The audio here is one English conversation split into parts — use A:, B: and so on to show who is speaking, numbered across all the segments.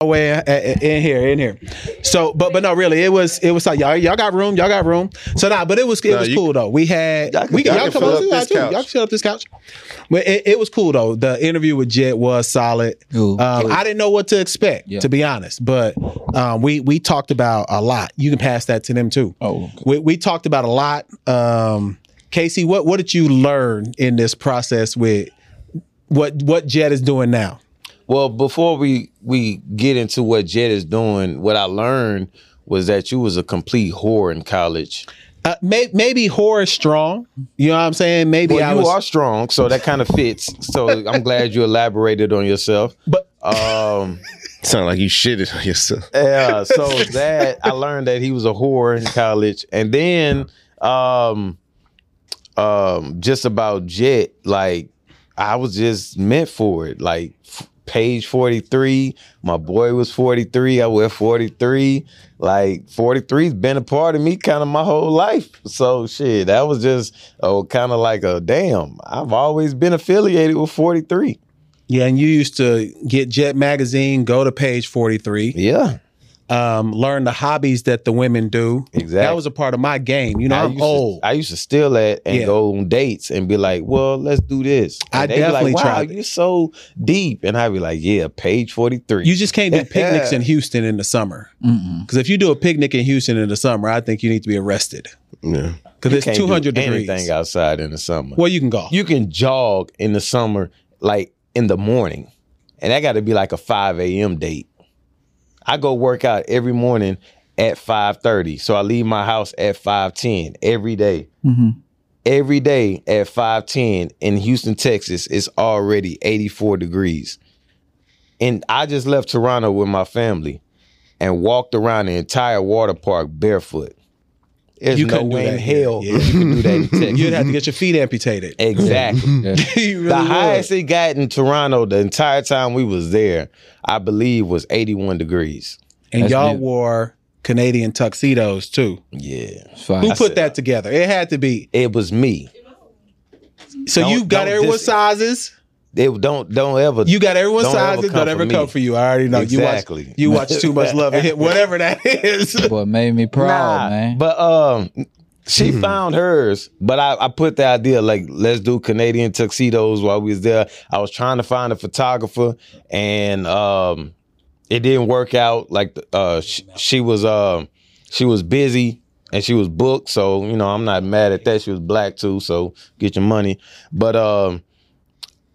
A: away uh, uh, in here, in here. So, but but no, really, it was it was like y'all y'all got room, y'all got room. So nah, but it was it
B: Nah,
A: was
B: you-
A: cool though. We had
C: Y'all can-
A: we
B: y'all
A: y'all,
B: can
A: come on
B: fill up
A: too, y'all
B: this
A: too.
B: couch.
A: y'all can fill up this couch. But it, it was cool though. The interview with Jet was solid.
D: Ooh.
A: Um, I didn't know what to expect
D: Yeah.
A: to be honest, but um, we we talked about a lot. You can pass that to them too.
D: Oh, okay.
A: we we talked about a lot. Um, Casey, what what did you learn in this process with what what Jet is doing now?
C: Well, before we we get into what Jed is doing, what I learned was that you was a complete whore in college.
A: Uh, may, maybe horror is strong. You know what I'm saying? Maybe
C: Well,
A: I
C: you
A: was.
C: are strong, so that kind of fits. So I'm glad you elaborated on yourself.
A: but
C: Um,
B: Sound like you shitted on yourself.
C: yeah, so that I learned that he was a whore in college, and then um, um, just about Jet, like I was just meant for it. Like f- page forty three, my boy was forty three. I wear forty three. Like forty three's been a part of me kind of my whole life. So shit, that was just oh, kind of like a damn. I've always been affiliated with forty three.
A: yeah, and you used to get Jet magazine, go to page 43,
C: Yeah,
A: um, learn the hobbies that the women do.
C: exactly.
A: That was a part of my game. You know,
C: I
A: I'm
C: used
A: old.
C: To, I used to steal that and
A: Yeah.
C: go on dates and be like, "Well, let's do this." And
A: I
C: they'd be
A: definitely
C: like, wow,
A: tried it.
C: You're so deep, and I'd be like, "Yeah, page forty three.
A: you just can't do picnics in Houston in the summer.
D: Mm-mm.
A: Because if you do a picnic in Houston in the summer, I think you need to be arrested.
B: Yeah.
C: You
A: Because it's
C: can't do
A: 200 degrees.
C: Anything outside in the summer.
A: Well, you can golf.
C: you can jog in the summer, like in the morning, and that got to be like a five a.m. date. I go work out every morning at five thirty, so I leave my house at five ten every day.
A: Mm-hmm.
D: Mhm.
C: every day at 510 in Houston, Texas, it's already 84 degrees. And I just left Toronto with my family and walked around the entire water park barefoot. There's
A: You
C: no
A: couldn't do
C: way in
A: that here.
C: hell
A: Yeah.
C: you can do that in Texas.
A: You'd have to get your feet amputated.
C: exactly.
A: You really
C: Mm-hmm. the
A: would.
C: highest it got in Toronto the entire time we was there, I believe, was 81 degrees.
A: And
D: That's
A: y'all
D: new.
A: wore Canadian tuxedos too.
C: Yeah.
D: It's fine.
A: Who put that together? It had to be.
C: It was me.
A: So
C: Don't-
A: you got
C: don't
A: everyone's
C: dis-
A: sizes.
C: It don't don't ever
A: You got everyone's
C: Don't ever
A: sizes.
C: come
A: Don't
C: for
A: ever
C: me.
A: come for you. I already know.
C: Exactly.
A: You watch. You watch too much love and hit whatever that is.
D: What made me proud, man?
C: But um, she found hers. But I, I put the idea like let's do Canadian tuxedos while we was there. I was trying to find a photographer, and um, it didn't work out. Like uh, she, she was um, she was busy and she was booked. So you know, I'm not mad at that. She was black too, so get your money. But um.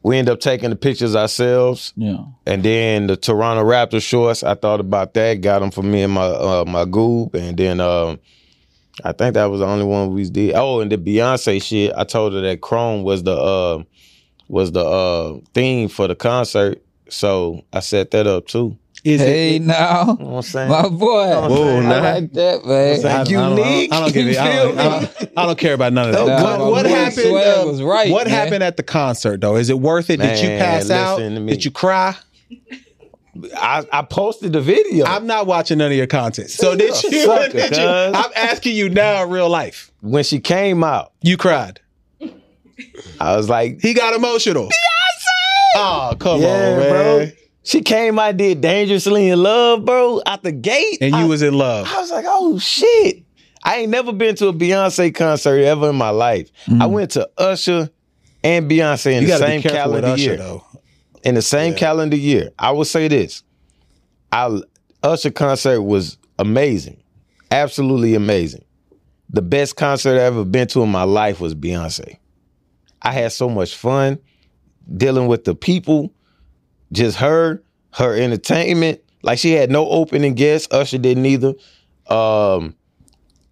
C: We end up taking the pictures ourselves,
D: yeah.
C: and then the Toronto Raptors shorts, I thought about that, got them for me and my uh, my group, and then um, I think that was the only one we did. Oh, and the Beyonce shit, I told her that Chrome was the uh, was the uh, theme for the concert, so I set that up too.
A: Is
D: Hey
A: it?
C: You
D: now,
C: know what I'm saying?
D: my boy.
B: Whoa,
D: I
B: now.
D: like that, man.
A: I- I don't- I don't-
C: unique,
A: I don't, give
C: you
A: it. I don't,
C: feel
A: I don't- I don't care about none of that.
C: No,
A: What-
C: my
A: what
C: boy
A: happened?
D: Swag
A: um,
D: was right,
A: what
D: man.
A: happened at the concert though? Is it worth it? Did you
C: Man,
A: pass out?
C: listen to me.
A: Did you cry?
C: I, I posted the video.
A: I'm not watching none of your content. So
C: You're
A: did
C: a
A: you?
C: sucker,
A: did you?
C: cuz.
A: I'm asking you now in real life.
C: when she came out,
A: You cried.
C: I was like,
A: He got emotional. Oh, come
C: "Yeah,
A: on, man.
C: bro." She came out, did dangerously in love, bro, out the gate,
A: And you
C: I-
A: was in love.
C: I was like, oh shit. I ain't never been to a Beyonce concert ever in my life. I went to Usher and Beyonce in
A: Mm. You
C: the
A: gotta
C: same
A: be careful with
C: calendar
A: Usher
C: year.
A: though.
C: In the same calendar year. I will say this. I Usher concert was amazing. Absolutely amazing. The best concert I ever been to in my life was Beyonce. I had so much fun dealing with the people, just her, her entertainment. Like she had no opening guest. Usher didn't either. Um,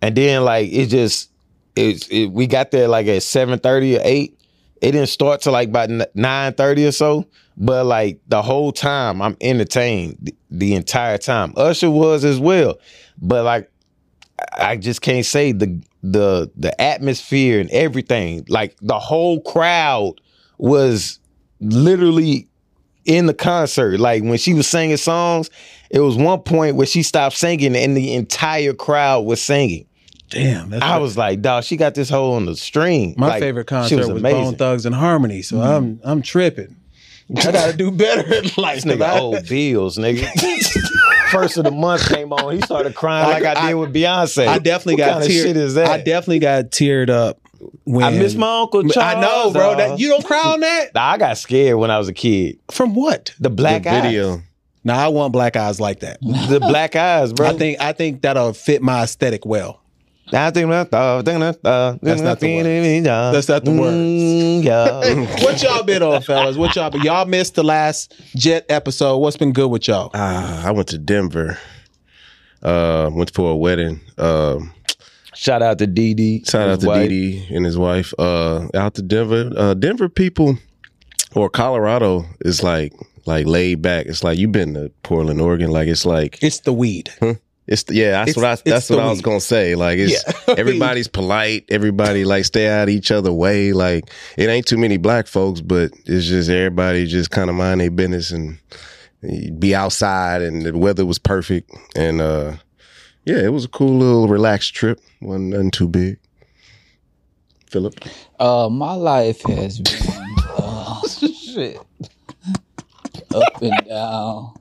C: and then like it just it, it we got there like at seven thirty or eight. It didn't start till like about nine thirty or so. But like the whole time, I'm entertained the, the entire time. Usher was as well, but like I just can't say the the the atmosphere and everything. Like the whole crowd was literally in the concert. Like when she was singing songs, it was one point where she stopped singing and the entire crowd was singing.
A: Damn, that's
C: I was like, dog, she got this whole on the string.
A: my
C: Like,
A: favorite
C: she
A: concert was, Bone Thugs and Harmony. So I'm I'm tripping. Mm-hmm. I gotta do better in life.
C: This nigga owe bills, nigga. First of the month came on. He started crying like
A: I-
C: I, did with Beyonce.
A: I definitely
C: what
A: got
C: kind
A: teared.
C: Of shit is that?
A: I definitely got teared up when
C: I miss my uncle Charles.
A: I know, bro.
C: uh,
A: That you don't cry on that
C: Nah, I got scared when I was a kid.
A: from what?
C: The black
B: the
C: eyes.
B: video.
A: Now I want black eyes like that.
C: The black eyes, bro.
A: I think I think that'll fit my aesthetic well.
C: I think that's
A: That's not the
C: not word.
A: That's not the word.
C: Mm, word.
A: what y'all been on, fellas? What y'all? But y'all missed the last Jet episode. What's been good with y'all?
B: Ah, I went to Denver. Uh, went for a wedding. Um,
C: Shout out to DD.
B: shout out to DD and his wife. Uh, out to Denver. Uh, Denver people or Colorado is like like laid back. It's like you've been to Portland, Oregon. Like it's like
A: It's the weed.
B: It's the, yeah, that's
A: It's-
B: what I
A: it's
B: that's
A: the
B: what I was
A: weed.
B: gonna say. Like it's everybody's polite, everybody like stay out of each other way. Like it ain't too many black folks, but it's just everybody just kind of mind their business and be outside and the weather was perfect and uh yeah, it was a cool little relaxed trip. Wasn't nothing too big. Philip.
D: Uh, my life has been uh, shit up and down.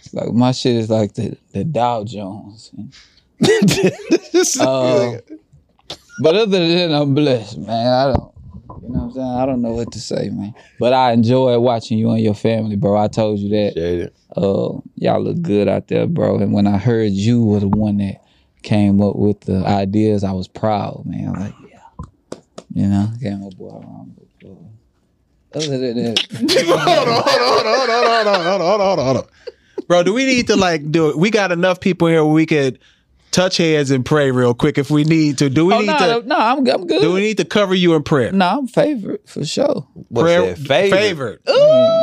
D: It's like my shit is like the, the Dow Jones. Uh, but other than I'm blessed, man. I don't. You know what I'm saying? I don't know what to say, man. But I enjoy watching you and your family, bro. I told you that.
C: DD.
D: Uh, y'all look good out there, bro. And when I heard you were the one that came up with the ideas, I was proud, man. Like, yeah, you know, came up with um, other than that,
A: hold on, hold on, hold on, hold on, hold on, hold on, hold on, hold on. Bro, do we need to like do it? We got enough people here where we could touch heads and pray real quick if we need to. Do we
D: oh,
A: need
D: no,
A: to?
D: no, I'm, I'm good.
A: Do we need to cover you in prayer?
D: no, I'm favorite for sure.
A: prayer
C: What's that? Favorite.
A: favored.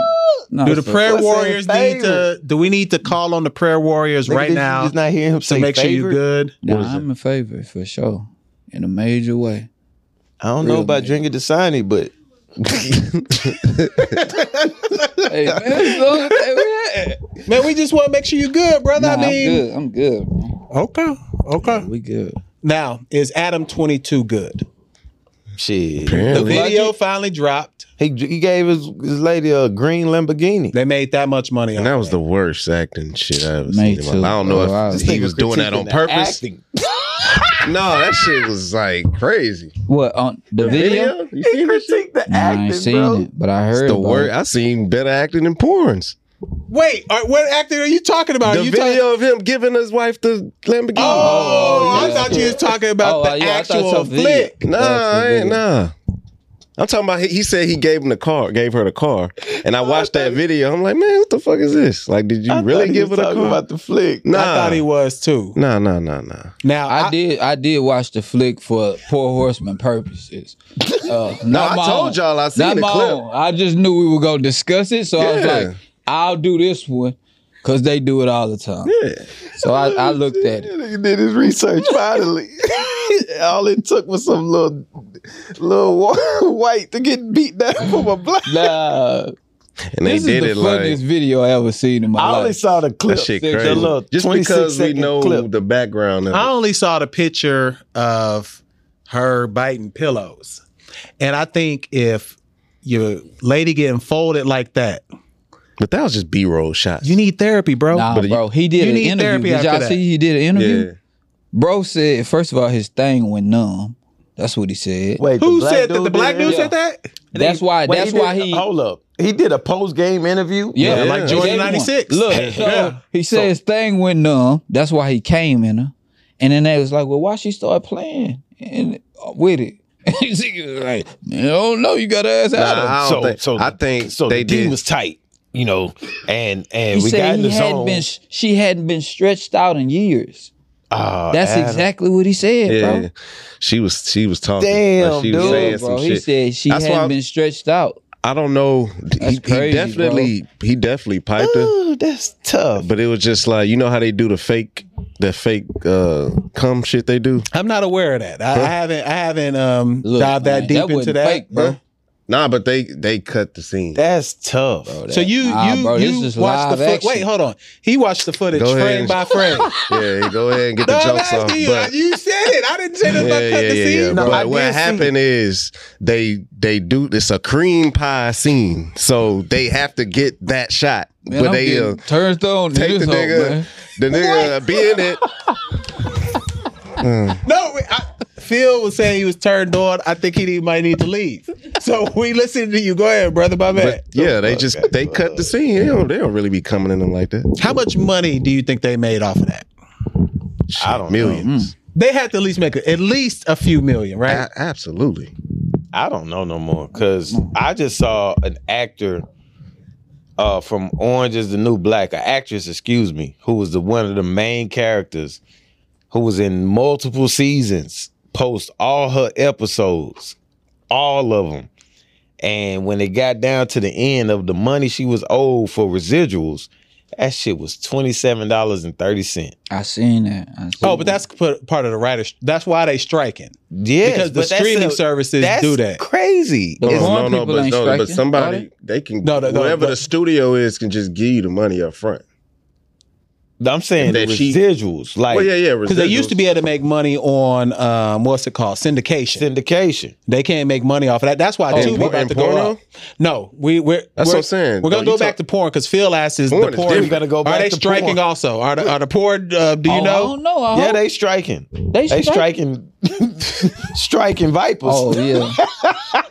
D: No,
A: Do the
D: for-
A: prayer
C: What's that
A: warriors need to?
C: favorite?
A: Do we need to call on the prayer warriors
C: Nigga,
A: right
C: did you
A: now
C: Just not hear him
A: to
C: say
A: make sure you're
C: favorite?
A: good?
D: Nah, I'm a favorite for sure, in a major way.
C: I don't know
D: Real
C: about
D: nigga.
C: drinking Dasani, but
D: hey, man, that's the only thing we had.
A: Man, we just want to make sure you're good, brother.
D: Nah,
A: I mean,
D: I'm good. I'm good. Man.
A: okay, okay.
D: We good.
A: Now is Adam 22 good?
C: shit.
A: The
B: Apparently.
A: video finally dropped.
C: He, he gave his, his lady a green Lamborghini.
A: They made that much money.
B: And
A: off
B: that was the worst acting shit I ever
D: Me
B: seen. in my
D: too,
B: life. I don't know
D: bro. I
B: if
D: was-
B: he was doing that on purpose.
C: Acting.
B: No, that shit was like crazy.
D: What on the video?
B: Video? You seen that shit?
C: the
D: Nah, I ain't seen it, but I heard
B: the
D: about
B: word
D: it.
B: I seen better acting than porns.
A: Wait, all right, what actor are you talking about?
B: the
A: Are Oh, you
B: video
A: talking-
B: of him giving his wife the Lamborghini.
A: oh,
D: Oh,
A: I
D: yeah.
A: thought you was talking
D: Oh,
A: about the
D: yeah, I thought
A: actual
D: so, video.
A: flick.
B: nah,
D: That's the
B: I ain't
D: video.
B: nah. I'm talking about he, he said he gave him the car, gave her the car, and I watched that video. I'm like, man, what the fuck is this? Like, did you
C: I
B: really
C: thought he
B: give her
C: was
B: the
C: talking
B: car?
C: about the flick.
B: nah,
A: I thought he was too.
B: nah, nah, nah, nah.
A: Now
D: I,
A: I,
D: did. I did watch the flick for Poor Horseman purposes. Uh,
B: No,
D: not
B: I
D: my
B: told
D: own.
B: y'all I seen
D: Not
B: the
D: my
B: clip.
D: own. I just knew we were gonna discuss it, so I was
B: Yeah.
D: like, "I'll do this one," because they do it all the time.
B: Yeah.
D: So I, I looked at it.
C: He did his research finally. All it took was some little little wh- white to get beat down from a black.
D: Nah,
B: And
D: this
B: they
D: is
B: did
D: the
B: it like
D: funniest video I ever seen in my
C: I only
D: life.
C: saw the clip.
B: that shit
D: six-
B: crazy.
D: the
C: little
B: Just
C: 26
B: because we
C: second
B: know
C: clip.
B: the background of
A: I
B: it.
A: only saw the picture of her biting pillows, and I think if your lady getting folded like that,
B: But that was just B roll shots.
A: you need therapy, bro.
D: Nah,
B: But you-
D: bro, he did
A: you
D: an
A: need therapy
D: interview. Did
A: after
D: y'all
A: that.
D: see he did an interview?
B: yeah.
D: Bro said first of all his thing went numb. That's what he said.
C: Wait,
A: Who said that? The black dude
C: dude? did it?
A: said that.
D: that's why.
C: Wait,
D: that's
C: did-
D: why he.
C: Hold up. He did a post game interview.
D: Yeah,
B: like
D: they
A: Jordan
D: gave him
A: 96.
D: one. Look, so
A: Yeah.
D: he said his thing went numb. That's why he came in her. And then they was like, well, why she start playing and uh, with it? And she was like, man, I don't know. You got ass out
B: Nah,
D: of
B: I don't think- I think
C: so
B: they
C: the D
B: did.
C: was tight, you know, and and
D: He
C: we got
D: said
C: in
D: he
C: the
D: hadn't
C: zone.
D: been, she hadn't been stretched out in years.
C: Ah,
D: That's
C: Adam.
D: exactly what he said,
B: Yeah,
D: bro.
B: she was she was talking.
C: Damn,
B: Like, she was
C: dude.
D: Yeah,
B: saying
D: bro.
B: some
D: He
B: shit.
D: said she
B: That's why
D: hadn't
B: I-
D: been stretched out.
B: I don't know. He, he
D: crazy,
B: definitely he definitely piped her,
C: Ooh, that's tough.
B: but it was just like you know how they do the fake that fake uh cum shit they do.
A: I'm not aware of that. I, I haven't. I haven't um,
D: Look,
A: dived that
D: man,
A: deep into
D: wasn't
A: that.
D: fake, bro.
B: Nah, but they they cut the scene.
C: That's tough.
A: So you
D: Nah,
A: you
D: bro, this
A: you
D: is
A: watch the
D: live
A: foot.
D: action.
A: Wait, hold on. He watched the footage
B: Go ahead
A: frame
B: and-
A: by frame.
B: yeah, go ahead and get
A: no,
B: the
A: I'm
B: jokes off.
A: asking you.
B: but-
A: you said it. I didn't say nothing
B: yeah,
A: about
B: yeah,
A: cut the
B: yeah,
A: scene.
B: yeah.
C: No, I
B: but
C: did
B: what
C: see
B: happened is they they do it's a cream pie scene, so they have to get that shot.
D: Man,
B: but
D: I'm
B: they uh,
D: getting turns on
B: take the
D: this hoe,
B: nigga,
D: man.
B: the nigga uh, be in it.
A: No, wait, I, Phil was saying he was turned on. I think he need- might need to leave. So we listen to you. Go ahead, brother. My man.
B: But yeah, they just they cut the scene. They don't, they don't really be coming in them like that.
A: How much money do you think they made off of that?
C: I don't know.
B: Millions,
A: They had to at least make a, at least a few million, right?
B: A- absolutely.
C: I don't know no more because I just saw an actor uh, from Orange Is the New Black, an actress, excuse me, who was the one of the main characters, who was in multiple seasons, post all her episodes, all of them, and when it got down to the end of the money she was owed for residuals, that shit was twenty seven dollars and thirty cent.
D: I seen that. I seen
A: Oh, but that's p- part of the writers. That's why they striking.
C: Yeah,
A: Because the streaming services do that.
C: Crazy.
D: The
B: It's-
D: wrong
B: no, no,
D: people
B: but
D: ain't
B: no, but
D: striking,
B: somebody
D: are they?
B: they can
A: No, no, no,
B: whatever
A: but-
B: the studio is can just give you the money up front.
C: I'm saying the
B: That she-
C: residuals, like
B: Well, yeah, yeah,
A: Because they used to be able to make money on um, what's it called syndication.
C: syndication.
A: They can't make money off of that. That's why two
B: Oh, in
A: people
B: por-
A: about
B: in
A: to go
B: porno?
A: up. No, we we're we're-
B: That's what I'm saying.
A: We're gonna go
B: No, you
A: back
B: talk-
A: to porn because Phil asks is
B: Porn
A: the
B: is
A: porn.
B: different.
C: We're gonna go
A: are
C: back
A: they
C: to
A: striking
C: porn.
A: also? Are the, are the porn? Uh, do you
D: Oh, I
A: know?
D: don't know. I
C: Yeah,
D: hope-
C: they striking.
D: they,
C: They
D: strike-
C: striking, striking vipers.
D: Oh yeah.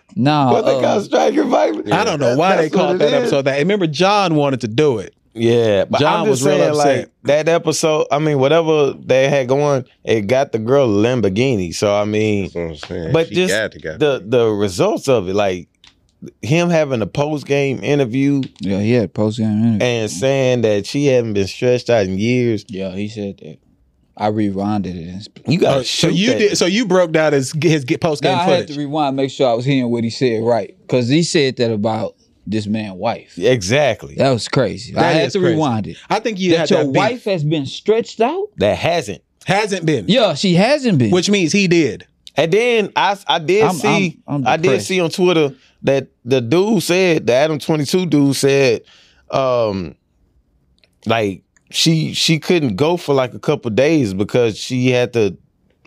D: nah.
C: what they
D: uh,
C: call striking vipers?
A: I don't know why they
C: That's
A: called
C: what
A: that
C: it is.
A: episode that. Remember, John wanted to do it.
C: Yeah, but
A: John
C: I'm just
A: was real
C: saying,
A: upset.
C: like that episode. I mean, whatever they had going, it got the girl a Lamborghini. So I mean,
B: That's what I'm saying.
C: but
B: She
C: just
B: got to got
C: the the results of it, like him having a post game interview
D: yeah, he had post game interview.
C: and saying that she hadn't been stretched out in years.
D: Yeah, he said that. I rewinded it. And
C: You got
A: Uh,
C: to
A: so
C: shoot
A: you
C: that.
A: did. So you broke down his his post game
D: Nah, I had
A: footage.
D: to rewind, make sure I was hearing what he said right, because he said that about this man' wife.
C: exactly
D: That was crazy. I
A: That
D: had
A: is
D: to
A: crazy.
D: rewind it.
A: I think you had
D: that your
A: that beef.
D: wife has been stretched out.
C: that hasn't.
A: hasn't been,
D: Yeah, she hasn't been.
A: which means he did.
C: And then I I did
D: I'm-
C: see
D: I'm- I'm
C: I did
D: depressed.
C: see on Twitter that the dude said the Adam twenty two dude said, um, like she she couldn't go for like a couple days because she had to,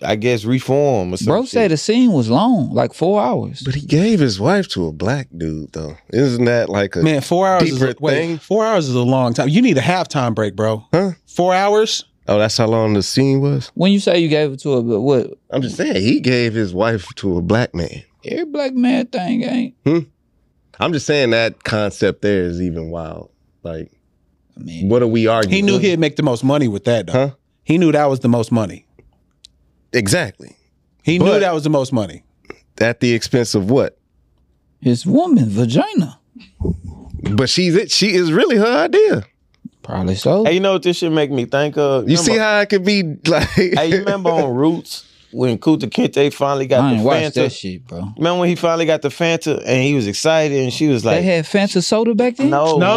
C: I guess reform or something.
D: bro said the scene was long, like four hours.
B: But he gave his wife to a black dude, though. Isn't that like a
A: Man, four hours is a,
B: Deeper
A: wait,
B: thing.
A: four hours is a long time. You need a halftime break, bro.
B: Huh?
A: Four hours?
B: Oh, that's how long the scene was.
D: when you say you gave it to her, but what?
B: I'm just saying he gave his wife to a black man.
D: Every black man thing ain't.
B: I'm just saying that concept there is even wild. Like,
D: I mean,
B: what are we arguing?
A: He knew he'd make the most money with that, though.
B: Huh?
A: He knew that was the most money.
B: exactly
A: He knew
B: But-
A: that was the most money.
B: at the expense of what?
D: his woman vagina.
B: But she's it. She is really her idea.
D: Probably so.
C: Hey, you know what this should make me think of?
B: You
C: Remember-
B: see how it could be like.
C: hey, you remember on Roots when Kuta Kinte finally got
D: I
C: the
D: ain't watched that
C: Fanta?
D: shit, bro.
C: Remember when he finally got the Fanta and he was excited and she was
D: They
C: like,
D: had Fanta soda back then.
C: "No,
A: No,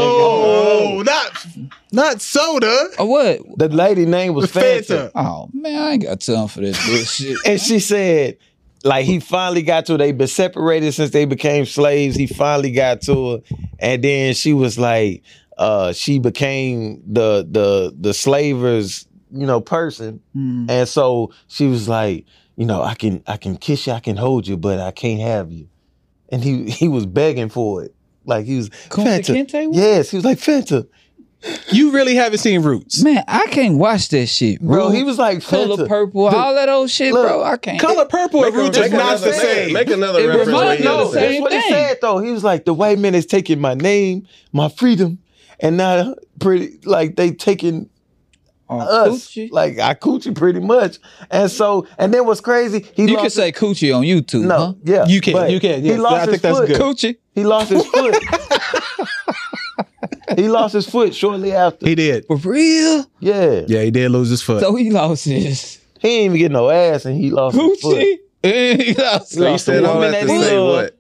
C: nigga.
A: not not soda.
D: Or what?
C: The lady name was Fanta.
A: Fanta.
D: Oh man, I ain't got time for that bullshit.
C: And she said, like he finally got to her. They've been separated since they became slaves. He finally got to her. And then she was like, uh, she became the the the slaver's, you know, person.
D: Hmm.
C: And so she was like, you know, I can I can kiss you, I can hold you, but I can't have you. And he he was begging for it. Like he was
D: Kunta
C: Fanta.
D: Kinte was?
C: Yes, he was like Fanta.
A: You really haven't seen Roots.
D: Man, I can't watch that shit, bro.
C: Bro, he was like Fanta.
D: color purple, all that old shit,
C: look,
D: bro. I can't.
A: Color purple and Roots is
B: Make
A: not the
B: another- make-
A: same.
B: Make another
D: It
B: reference.
D: reminds
B: where he
D: me of the
B: innocent.
D: same-
C: That's what he
D: thing.
C: said though. He was like, the white man is taking my name, my freedom, and now pretty like they taking
D: Or
C: us,
D: Oh, coochie.
C: like I coochie pretty much. And so, and then what's crazy? He
D: you
C: lost
D: can
C: his-
D: say coochie on YouTube,
C: no,
D: huh?
C: yeah,
A: You can,
C: but
A: you can,
C: he
A: yes.
C: lost
A: I
C: his
A: think that's
C: foot.
A: good.
D: Coochie.
C: He lost his foot. he lost his foot shortly after.
A: He did.
D: For real?
C: yeah.
A: Yeah, he did lose his foot.
D: So he lost his
C: he ain't even get no ass, and he lost his foot.
D: coochie. And he lost
B: So you
D: his-
B: said all
C: woman
B: that to
C: that
B: say
C: did-
B: what?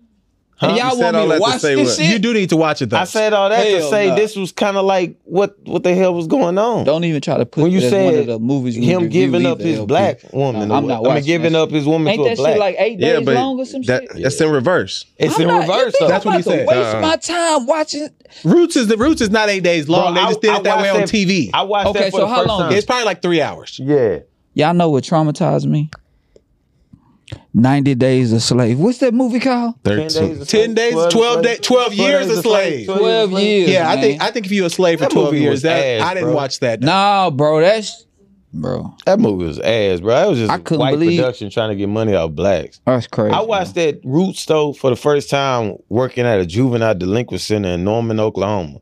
D: And y'all
B: said
D: want
B: all
D: me
B: that
D: to
B: to
D: watch
B: say
D: this
B: what?
D: shit?
A: You do need to watch it though.
C: I said all that to
D: Hell
C: say
D: nah.
C: this was kind of like what what the hell was going on.
D: Don't even try to put
C: When you
D: it as one
C: said
D: of the movies. we
C: Him
D: review
C: giving up
D: either,
C: his
D: LP.
C: black woman.
D: Nah, I'm
C: or
D: not
C: what- I mean,
D: watching
C: giving
D: that
C: up his woman
D: Ain't
C: to a
D: that
C: black.
D: shit like eight
B: yeah,
D: days
B: but
D: long or some
B: that,
D: shit?
B: that's in reverse.
C: it's
D: I'm
C: in
D: not- you
C: reverse
D: think
C: though.
B: That's
D: I'm
B: what
D: about
B: he said.
D: to Waste
B: Nah.
D: my time watching.
A: Roots is the Roots is not eight days long.
C: Bro,
A: they just did it that
C: watched
A: way on TV.
C: I watched
D: Okay,
C: that for
D: so
C: the
D: how
C: first
D: long
C: time.
A: it's probably like three hours.
C: yeah,
D: Y'all know what traumatized me? 90 Days a Slave. What's that movie called?
B: Thirteen.
C: a
A: Ten days,
C: slave,
A: 12 day- 12 years a slave.
D: 12 years.
A: Yeah, I
D: man.
A: think I think if you were a slave for
C: That
A: twelve
C: movie
A: years,
C: was
A: that
C: ass,
A: I didn't
C: bro.
A: watch that.
D: Nah, bro, that's. Bro,
C: That movie was ass, bro. That was just
D: I couldn't
C: white
D: believe-
C: production trying to get money out of blacks.
D: that's crazy.
C: I watched that Roots though for the first time working at a juvenile delinquent center in Norman, Oklahoma.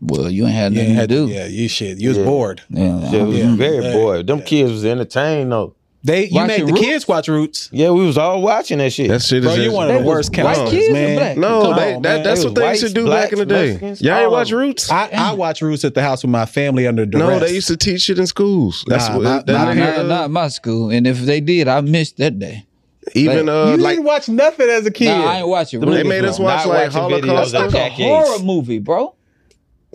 D: bro. Well, you ain't had
A: Yeah,
D: nothing to
A: had to-
D: do.
A: yeah, you shit. You was
C: Yeah.
A: bored.
D: Yeah.
C: Shit, it was
A: Yeah.
C: very
A: Yeah.
C: bored. Them kids was entertained though.
A: They you
D: Watching
A: made the
D: Roots?
A: kids watch Roots.
C: Yeah, we was all watching that shit.
B: That shit is
A: Bro, you one of
D: That
A: the
D: was
A: worst
D: white kids
A: counselors,
D: and
A: man.
D: black.
A: Come
B: No, they,
A: on, man.
B: that, that's
C: They
B: what they
C: was
B: used to do
C: whites,
B: back in the day.
C: blacks,
B: Y'all ain't
C: all
B: watch
C: of 'em.
B: Roots?
A: I, I watched Roots at the house with my family under
B: no,
A: duress.
B: they used to teach it in schools. That's
A: Nah,
B: what
A: not-
B: that
D: Nah,
A: not-
B: nigga,
D: not,
B: uh,
D: not my school. And if they did, I missed that day.
B: even
A: you
B: uh, like
A: didn't watch nothing as a kid.
D: Nah, I ain't watching.
B: they
D: Roots,
B: made
D: bro.
B: us watch
C: Not
B: like
C: watching videos
B: Holocaust.
C: of
B: Stuff.
D: That's a
C: Jackass.
D: horror movie, bro.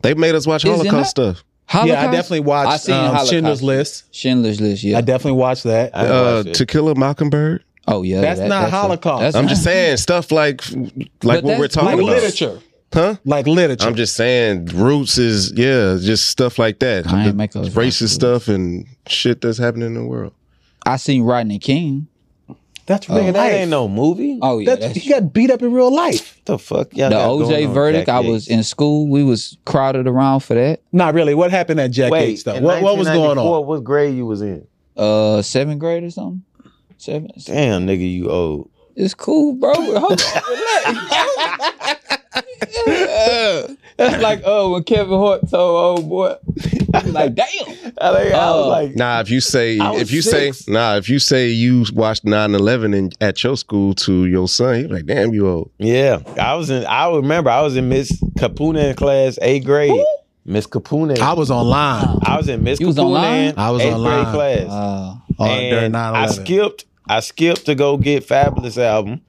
B: They made us watch
D: Is it
B: Holocaust stuff.
A: yeah, I
D: Holocaust?
A: definitely
D: I
A: watched
D: seen
A: um,
D: Holocaust.
A: Schindler's List.
D: Schindler's List. Yeah.
A: I definitely watched that.
C: I didn't
B: Uh,
C: watch it.
B: to Kill a Mockingbird.
D: oh yeah.
A: That's not Holocaust.
D: that's
B: I'm
D: not-
B: just saying stuff like like
D: But
B: what we're
D: that's like
A: like
B: talking about,
A: literature,
B: huh?
A: like literature.
B: I'm just saying Roots is yeah, just stuff like that.
D: I ain't
B: The
D: make those
B: racist
D: roots.
B: stuff and shit that's happening in the world.
D: I seen Rodney King.
B: Oh.
A: that's real
C: Nigga, that
A: life.
C: ain't no movie.
D: Oh yeah.
A: That's-
D: that's-
A: he got beat up in real life.
C: the fuck, y'all
D: the
C: got going
D: OJ
C: on,
D: verdict.
C: Jack
D: I
C: Yates?
D: was in school. We was crowded around for that.
A: Not really. What happened at Jack
C: Wait,
A: Yates though?
C: in
A: What, what was going
C: 1994,
A: on?
C: What grade you was in?
D: Uh, seventh grade or something. Seven.
C: Damn, nigga, you old.
D: It's cool, bro. Hold on, relax. That's like uh when Kevin Hart told old boy, I was like, damn.
C: I, think I was
D: Oh.
C: like,
B: Nah, if you say
C: I was
B: if you
C: six.
B: say nah, if you say you watched 9-11 in, at your school to your son, he's like, damn, you old.
C: yeah, I was in. I remember I was in Miss Capunan class, eighth grade. Miss Capunan.
A: I was online.
C: I was in Miss
D: You was online?
C: Capunan.
A: I was
C: eighth
A: online.
C: grade class.
D: Uh,
A: on during
C: and
A: 9
C: I skipped. I skipped to go get Fabulous album.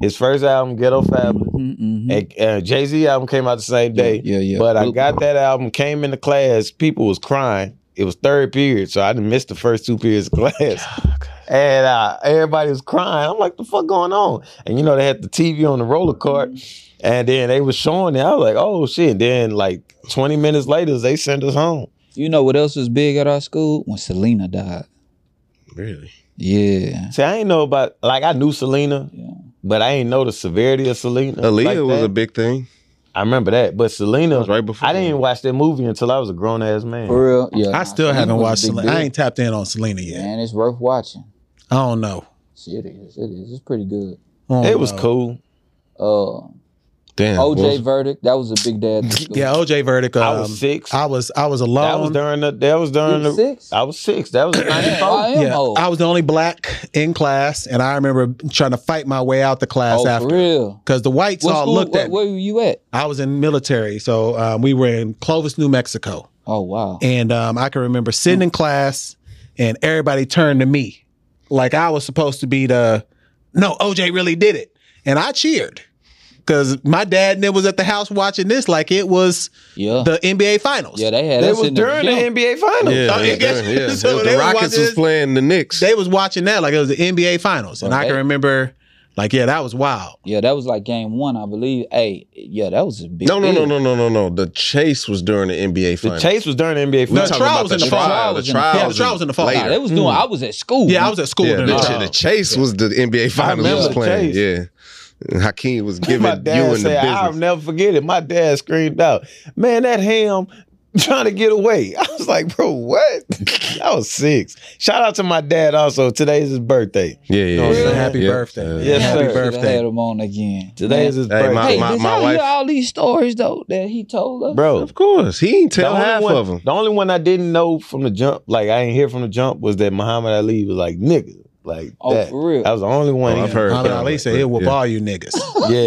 C: His first album, Ghetto Fabulous.
D: mm-mm.
C: And, Jay Z album came out the same day.
D: mm-hmm. Yeah, yeah.
C: But I
D: Blue-
C: got that album, came into class, people was crying. It was third period, so I didn't miss the first two periods of class. and uh, everybody was crying. I'm like, the fuck going on? And you know, they had the TV on the
D: Mm-hmm.
C: roller cart, and then they was showing it. I was like, oh shit. And then like 20 minutes later, they sent us home.
D: You know what else was big at our school? When Selena died.
B: Really?
D: Yeah.
C: See, I ain't know about like I knew Selena,
D: Yeah.
C: but I ain't know the severity of Selena.
B: Aaliyah
C: like
B: was
C: that.
B: a big thing.
C: I remember that, but Selena,
B: was right before.
C: I didn't even watch that movie until I was a grown ass man.
D: For real. Yeah.
A: I
D: nah,
A: still
D: Selena
A: haven't
D: was a
A: watched
D: big
A: Selena. I
D: deal.
A: ain't tapped in on Selena yet.
D: Man, it's worth watching.
A: I don't know.
D: Shit, it is. It is. It's pretty good.
A: I don't
C: It was
D: Oh,
A: know.
C: cool.
D: Uh,
B: Damn.
D: OJ
B: what was-
D: verdict. That was a big dad.
A: Yeah, OJ verdict. Um,
C: I was six.
A: I was I was alone.
C: that was during the. That was during the.
D: six. Oh,
C: I was six. That was ninety
D: Damn, I
C: four.
D: am
A: yeah,
D: old.
A: I was the only black in class, and I remember trying to fight my way out the class
D: oh, for
A: after
D: real.
A: because the whites
D: What
A: all
D: school,
A: looked
D: what-
A: at. me.
D: where were you at?
A: I was in military, so um, we were in Clovis, New Mexico,
D: Oh wow.
A: and um, I can remember sitting in class, and everybody turned to me, like I was supposed to be the. No, OJ really did it, and I cheered because my dad and it was at the house watching this like it was
D: Yeah.
A: the NBA Finals.
D: yeah, they had
C: That
D: us
C: was
D: in the
C: during the,
D: gym.
C: NBA finals.
B: Yeah,
A: I mean,
B: yeah,
A: guess-
B: yeah.
A: so
B: If
A: they was
B: the Rockets
A: watching
B: was
A: this-
B: playing the Knicks.
A: they was watching that like it was the NBA Finals, and I
D: Okay.
A: can remember, like, yeah, that was wild.
D: Yeah, that was like game one, I believe. Hey, yeah, that was a big.
B: no, no, no,
D: deal.
B: no, no, no, no. The chase was during the NBA
C: The
B: finals.
C: chase was during the NBA
A: No,
B: We're
A: the
C: finals.
B: talking
A: trial
B: about
A: was in the fall.
B: trial. The
D: Yeah, the
B: trial,
A: trial was in the fall.
D: Nah, they
B: Later.
D: was doing. I was at school.
A: Yeah, I was at school
B: Yeah,
A: during
B: the,
A: the
B: ch-
A: trial.
B: the chase was the NBA finals
C: remember
B: was
C: the
B: playing.
C: chase.
B: Yeah, Hakeem was giving you
C: My
B: and
C: dad
B: the
C: said, "I'll
B: business.
C: never forget it." My dad screamed out, "Man, that ham!" Trying to get away. I was like, bro, what? I was six. Shout out to my dad also. Today's his birthday.
B: Yeah, yeah,
A: No,
B: yeah.
A: it's a happy
B: Yeah.
A: birthday.
B: Yeah.
C: Yes,
A: happy
C: sir.
D: Should've Had
A: birthday.
D: him on again.
C: Today is
D: Man.
C: his
B: Hey,
C: birthday.
B: my- my-
D: Hey, did y'all hear all these stories though that he told us?
C: bro,
B: Of course, he ain't tell
C: the only
B: half
C: one,
B: of them.
C: The only one I didn't know from the jump, like I didn't hear from the jump, was that Muhammad Ali was like nigga, like
D: Oh,
C: that.
D: for real?
C: That was the only one.
B: Oh, I've
C: he-
B: heard.
A: Muhammad Ali said, "It will
B: Yeah.
A: ball you niggas."
C: Yeah,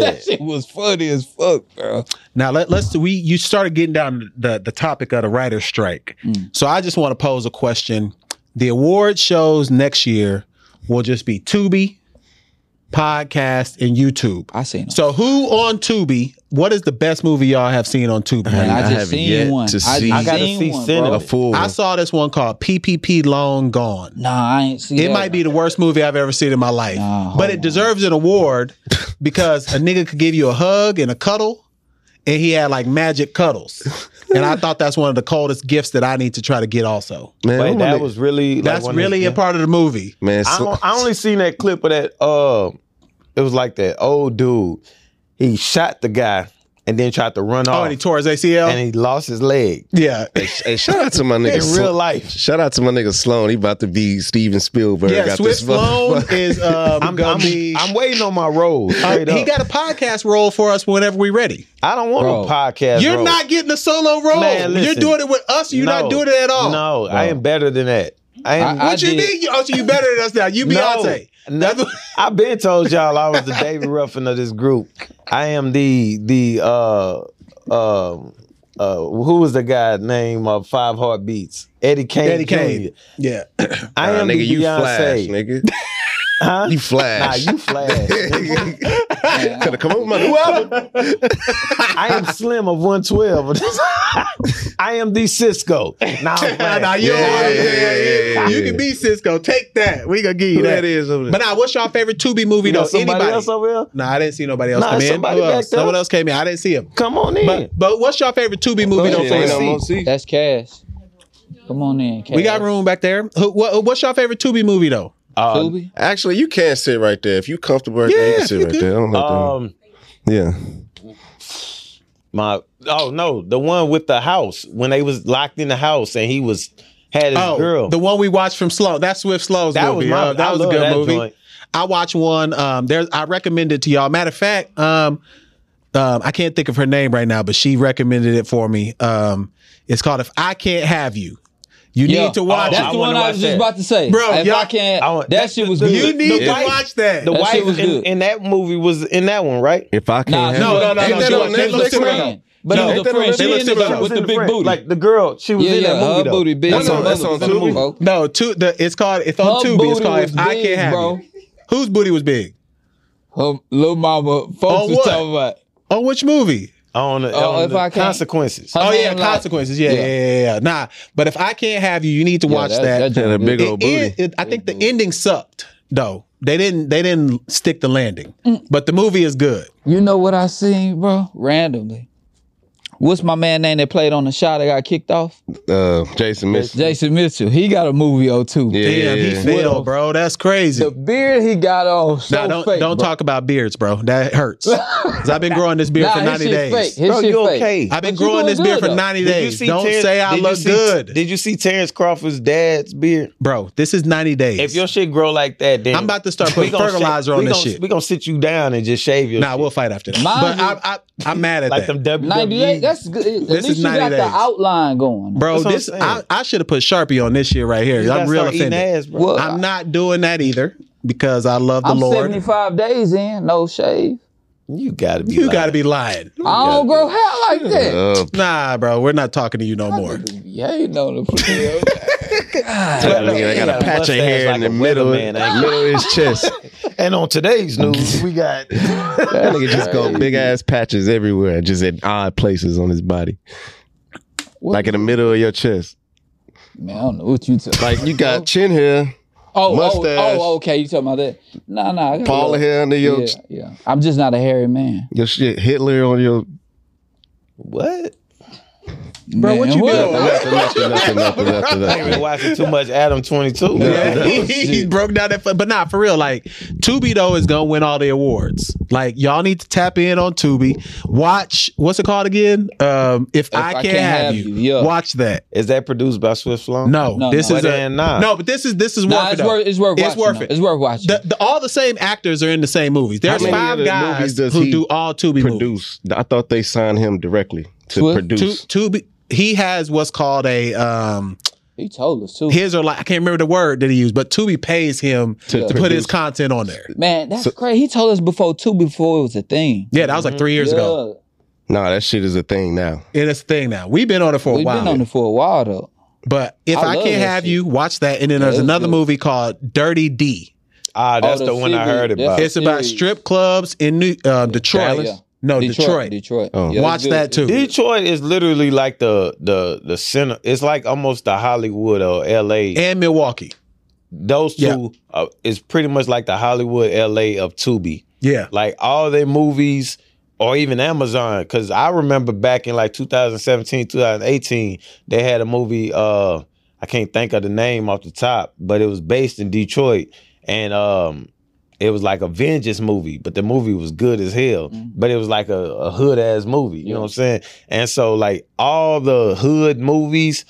D: that shit was funny as fuck, bro.
A: now let, let's we you started getting down the the topic of the writer's strike.
D: Mm.
A: So I just want to pose a question. The award shows next year will just be Tubi, podcast, and YouTube.
D: I seen him.
A: So who on Tubi? What is the best movie y'all have seen on Tubi?
D: Man, I,
B: I
D: just
B: have
D: seen
B: yet
D: one.
B: to
D: I,
B: see-
D: just
B: I
C: gotta
D: seen
C: see
D: one,
C: Cinema.
D: bro.
B: A full
A: I
B: one.
A: saw this one called PPP Long Gone.
D: Nah, I ain't see
A: It
D: that
A: might be the worst movie I've ever seen in my life,
D: Nah, hold
A: but it
D: on.
A: deserves an award because a nigga could give you a hug and a cuddle, and he had like magic cuddles. and I thought that's one of the coldest gifts that I need to try to get. Also,
B: man,
C: Wait,
B: I'm
C: that
B: gonna-
C: was really like,
A: that's
C: one of the-
A: really a part of the movie.
B: man.
C: I,
B: sl-
C: don't- I only seen that clip of that. Uh, it was like that old dude. He shot the guy and then tried to run
A: Oh,
C: off,
A: and he tore his ACL.
C: and he lost his leg
A: yeah,
B: hey, shout out to my
C: in
B: nigga. Sl-
C: real life.
B: shout out to my nigga Sloan. He about to be Steven Spielberg.
A: yeah.
B: out
A: Swift
B: this
A: Sloan
B: motherfucker.
A: is um,
C: I'm,
A: gonna
C: I'm,
A: be.
C: I'm waiting on my role.
A: uh,
C: Straight
A: he
C: up.
A: got a podcast role for us whenever we're ready.
C: I don't want
D: Bro.
C: a podcast.
A: You're
C: role.
A: not getting a solo role.
C: Man,
A: You're
C: listen.
A: doing it with us. You're not
C: No.
A: doing it at all.
C: No, I am better than that. I am.
D: I-
A: What you
D: did-
A: mean? You- Oh, so you better than us now. You
C: No.
A: Beyonce.
C: No.
A: That's what-
C: I've been told y'all I was the David Ruffin of this group. I am the the uh uh, uh who was the guy named uh, Five Heartbeats? Eddie Kane.
A: Eddie Kane.
C: Jr..
A: Yeah.
C: I
B: Nah,
C: am
B: nigga,
C: the
B: you flash,
C: Beyonce.
B: nigga.
C: huh?
B: You
C: Nah,
B: flash.
C: you flash.
D: Man,
B: Coulda come up with my new album.
C: I am Slim of 112. I am the Cisco. Nah, I'm
A: Nah,
C: playing.
A: nah, you
B: Yeah,
A: don't want it.
B: yeah, yeah, yeah, yeah,
A: You
B: yeah.
A: can be Cisco. Take that. We gonna give you
B: Who
A: that.
B: that is over there?
A: But now, what's your favorite Tubi movie
C: You know,
A: though?
C: somebody
A: Anybody?
C: else over here?
A: nah, I didn't see nobody else
C: Nah,
A: come in.
C: somebody
A: Who
C: back
A: else?
C: there.
A: Someone else came in. I didn't see him.
C: Come on in.
A: But but what's your favorite Tubi movie
C: Oh,
A: though?
C: yeah.
A: Fred?
C: Ain't no more
D: That's cash. Come on in, cash.
A: We got room back there. Who, what, what's your favorite Tubi movie though?
C: Uh,
D: Tubi.
B: Actually, you can sit right there. If you comfortable right there, you
A: Yeah,
B: can sit
A: you
B: right
A: can.
B: there. I don't know.
C: um,
B: yeah.
C: my oh no, the one with the house when they was locked in the house and he was had his
A: Oh,
C: girl.
A: the one we watched from Slow. That's Swift Slow's
C: that was
A: movie.
C: my,
A: Uh, that
C: I
A: was a
C: love
A: good
C: that
A: movie.
C: joint.
A: I watched one. Um, there's I recommend it to y'all. Matter of fact, um, um, I can't think of her name right now, but she recommended it for me. Um, it's called "If I Can't Have You." You
D: Yeah.
A: need to watch
D: That's
C: I
A: it,
D: the one
C: wanna
D: I was
C: watch
D: just
C: that.
D: about to say,
A: Bro,
D: If
A: y'all-
D: I can't,
C: I want-
D: that shit was good.
A: You need
C: the
A: to
C: wife-
A: watch that.
C: The
D: That shit
C: wife
D: was
C: in,
D: good.
C: in that movie was in that one, right?
B: If I can't
D: Nah,
B: have
D: she
A: No,
B: it.
D: was-
A: no, no,
D: she
A: no,
D: was
A: she
D: a
A: was- they
D: friend
A: look similar.
D: But
A: No,
D: it
B: they
D: was the
B: look
D: friend. She
B: similar.
D: is the
B: They look
D: friend with the
C: In
D: big
C: front.
D: booty.
C: like the girl. She was
D: yeah,
C: in
D: yeah,
C: that movie
D: her
C: though.
D: booty big.
B: That's
D: Her
B: on- that's on
D: motherfucking
B: Tubi.
D: folk.
A: no, two, the it's called it's on
D: Her
A: Tubi. It's
D: booty
A: called
D: was
A: "If I Can't
D: big,
A: Have
D: bro.
A: You." Whose booty was big?
D: Her little mama,
A: On
D: folks was
A: what?
D: talking about.
A: On which movie?
C: On the,
D: Oh,
C: on
D: if
C: the
D: I can't-
C: consequences.
D: Her
A: Oh yeah,
D: name like-
A: consequences. Yeah, yeah,
D: Yeah.
A: yeah, yeah. Nah, but if I can't have you, you need to
D: Yeah,
A: watch that.
D: that
B: Had a
D: joint
B: big
D: good.
B: old
A: It-
B: booty.
A: it- I think the
D: Mm-hmm.
A: ending sucked though. They didn't. They didn't stick the landing. But the movie is good.
D: You know what I seen, bro? Randomly. What's my man name that played on the shot that got kicked off?
B: Uh, Jason Mitchell.
D: Jason Mitchell. He got a movie or two.
B: Yeah.
A: Damn, he failed, bro. That's crazy.
D: The beard he got on so
A: Nah, don't
D: fake.
A: don't
D: bro.
A: talk about beards, bro. That hurts. Cause I've been growing this beard
D: Nah,
A: for
D: his
A: ninety
D: shit
A: days.
D: fake. His
C: Bro,
D: shit
C: you
D: fake.
C: okay?
A: I've been
D: But you
A: growing
D: doing
A: this beard
D: good,
A: for
D: though.
A: ninety
C: Did you
A: days.
C: see
A: Don't
C: Terrence-
A: say I
C: did you
A: look
C: see-
A: good,
C: Did you see Terrence Crawford's dad's beard?
A: bro. This is ninety days.
C: If your shit grow like that, then
A: I'm about to start
C: we
A: putting
C: gonna
A: fertilizer
C: shave-
A: on
C: we
A: this
C: gonna-
A: shit.
C: We gonna sit you down and just shave your
A: nah,
C: shit.
A: we'll fight after that.
D: Mine
A: but
D: is-
A: I, I, I'm mad at
C: like
A: that,
C: them E WWE.
D: 98. That's good.
A: This
D: At least
A: is
D: you got
A: 90
D: the
A: days.
D: outline going.
A: bro.
C: That's what I'm
A: This
C: saying.
A: I, I should have put Sharpie on this shit right here.
C: You
A: I'm
C: gotta
A: real
C: start eating
A: offended.
C: ass, bro.
D: Well,
A: I'm not doing that either because I love the
D: I'm
A: Lord.
D: 75 days in, no shave.
C: You gotta be.
A: You
C: lying.
A: gotta be lying.
D: I don't grow hair like that.
B: Uh,
A: Nah, bro, we're not talking to you no more.
D: Yeah, you know the player.
B: I, mean, I
C: He
B: got a
C: got a
B: patch of
C: mustache
B: hair in
C: like
B: the
C: a
B: middle,
C: weatherman, ain't
B: middle of his chest.
C: And on today's news, we got
B: That nigga just got big ass patches everywhere, just at odd places on his body,
D: What?
B: like in the middle of your chest.
D: Man, I don't know what you talking
B: Like you got chin here,
D: Oh,
B: mustache.
D: oh, oh, okay. You talking about that? Nah, nah. I got a
B: Paul
D: little-
B: here under your
D: Yeah, yeah. I'm just not a hairy man.
B: your shit, Hitler on your
C: what?
A: Bro,
D: Man,
A: what you doing?
B: nothing, nothing, nothing, nothing, nothing,
C: I ain't been
B: nothing.
C: watching too much Adam Twenty Two.
A: Yeah, he, he
D: shit.
A: broke down that, fu- but not for real. Like Tubi though is gonna win all the awards. Like y'all need to tap in on Tubi. Watch what's it called again? Um, if, I, can't, have, you,
D: yeah.
A: watch that.
C: Is that produced by Swift Sloan?
A: No,
D: No,
A: this
D: no.
A: is
C: But
A: a,
C: then, nah.
A: no, but this is this is
D: Nah,
A: worth
D: it's
A: it. though.
D: worth, it's worth
A: It's
D: watching.
A: worth
D: though.
A: it.
D: It's worth watching.
A: The, the, all the same actors are in the same movies. There's
B: many
A: five
B: other
A: guys
B: movies does
A: who
B: he
A: do all Tubi movies.
B: produce. I thought they signed him directly to
D: Swift?
A: Tu-
B: produce.
A: Tubi, he has what's called a um,
D: he told us too.
A: his or like I can't remember the word that he used, but Tubi pays him to, put his
B: produce.
A: content on there.
D: Man, that's crazy. He told us before too. Before it was a thing.
A: Yeah, that was like three years ago.
B: Nah, that shit is a thing now.
A: And it's a thing now. We've been on it for a
D: We've
A: while.
D: been on it for a while though.
A: But if
D: I
A: I,
D: love
A: can't
D: that
A: have
D: shit.
A: you, watch that. And then there's
D: it's
A: another
D: good.
A: movie called Dirty D.
C: Ah, that's
D: Oh,
C: the,
D: the
C: one I
D: series.
C: heard
D: That's
C: about.
D: it.
A: It's about
D: Series.
A: strip clubs in New uh, Detroit.
D: Dallas?
A: No, Detroit.
D: Detroit. Detroit.
B: Oh.
D: Yeah, that's
A: Watch
D: good.
A: that too.
C: Detroit is literally like the the the center. It's like almost the Hollywood or L.A.
A: And Milwaukee.
C: Those two
A: Yeah.
C: uh, is pretty much like the Hollywood L.A. of Tubi.
A: Yeah.
C: Like all their movies or even Amazon. Because I remember back in like 2017, 2018, they had a movie. Uh, I can't think of the name off the top, but it was based in Detroit, and um, it was like a vengeance movie. But the movie was good as hell.
D: Mhm.
C: But it was like a, a hood ass movie. You know
D: Yeah.
C: what I'm saying? And so like all the hood movies,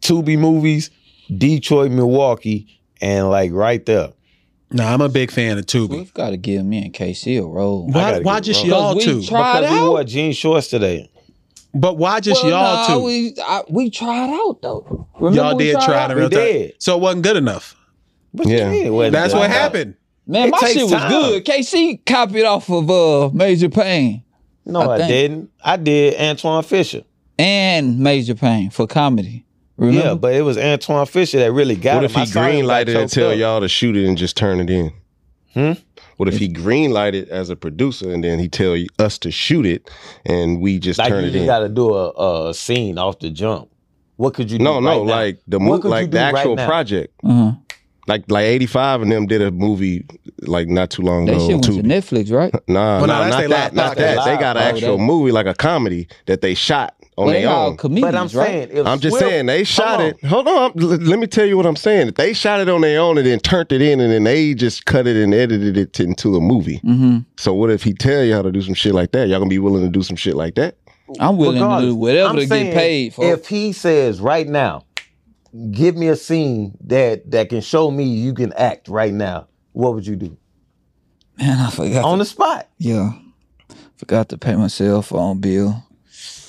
C: Tubi movies, Detroit, Milwaukee, and like right there.
A: No, I'm a big fan of Tubi.
D: We've got to give me and KC a roll.
C: I
A: Why,
C: gotta
A: why
C: get
A: just
C: wrong.
A: y'all
D: Because we
A: two?
D: try- Tried
C: because we
D: out?
C: wore jean shorts today.
A: but why just
D: Well,
A: y'all
D: nah,
A: two?
D: We, I, we tried out though. Remember
A: y'all
D: we
A: did
D: tried
A: try
D: out?
A: to
C: We
A: real time.
C: did.
A: So it wasn't good enough.
C: What
B: Yeah.
C: you mean? it wasn't
A: That's
C: black
A: what
C: out?
A: happened.
D: Man,
C: It
D: my
C: takes
D: shit was
C: time.
D: good. KC copied off of uh, Major Payne
C: No,
D: I
C: I,
D: think.
C: didn't. I did Antoine Fisher.
D: and Major Payne for comedy. Remember?
C: Yeah, but it was Antoine Fisher that really got
B: What
C: him.
B: if he
C: I saw him
B: greenlighted
C: got
B: lighted and
C: choked
B: tell
C: up.
B: y'all to shoot it and just turn it in?
C: Hmm?
B: What if he greenlighted as a producer and then he tell you- us to shoot it and we just
C: Like
B: turn
C: you
B: it
C: just
B: in?
C: got to do a, a scene off the jump. What could you do?
B: no, no,
C: right now?
B: like the
C: What
B: mo-
C: could you
B: like
C: do
B: the
C: right
B: actual
C: now?
B: project,
D: uh-huh.
B: like like eighty five and them did a movie like not too long
D: That
B: ago.
D: shit
B: on
D: went to
B: Tubi.
D: Netflix, right?
B: Nah,
A: Well, no,
B: nah,
A: that's
B: not
A: they
B: that.
A: live podcast.
B: Not that. They got an
C: Live,
D: oh,
B: actual
D: they-
B: movie, like a comedy that they shot on
A: Oh,
D: Well, they
B: their
D: all
B: own.
D: comedians,
C: But I'm
D: right?
C: saying, if
B: I'm just
C: Swift-
B: saying they shot
C: Hold
B: it. Hold on, I'm- l- let me tell you what I'm saying. They shot it on their own and then turned it in, and then they just cut it and edited it into a movie.
D: hmm
B: So what if he tell y'all to do some shit like that? Y'all gonna be willing to do some shit like that?
D: I'm willing to
C: Regardless,
D: do whatever
C: I'm
D: to
C: saying
D: get paid for.
C: If he says right now, give me a scene that that can show me you can act right now. What would you do
D: Man, I forgot.
C: on the spot?
D: yeah, forgot to pay my cell phone bill.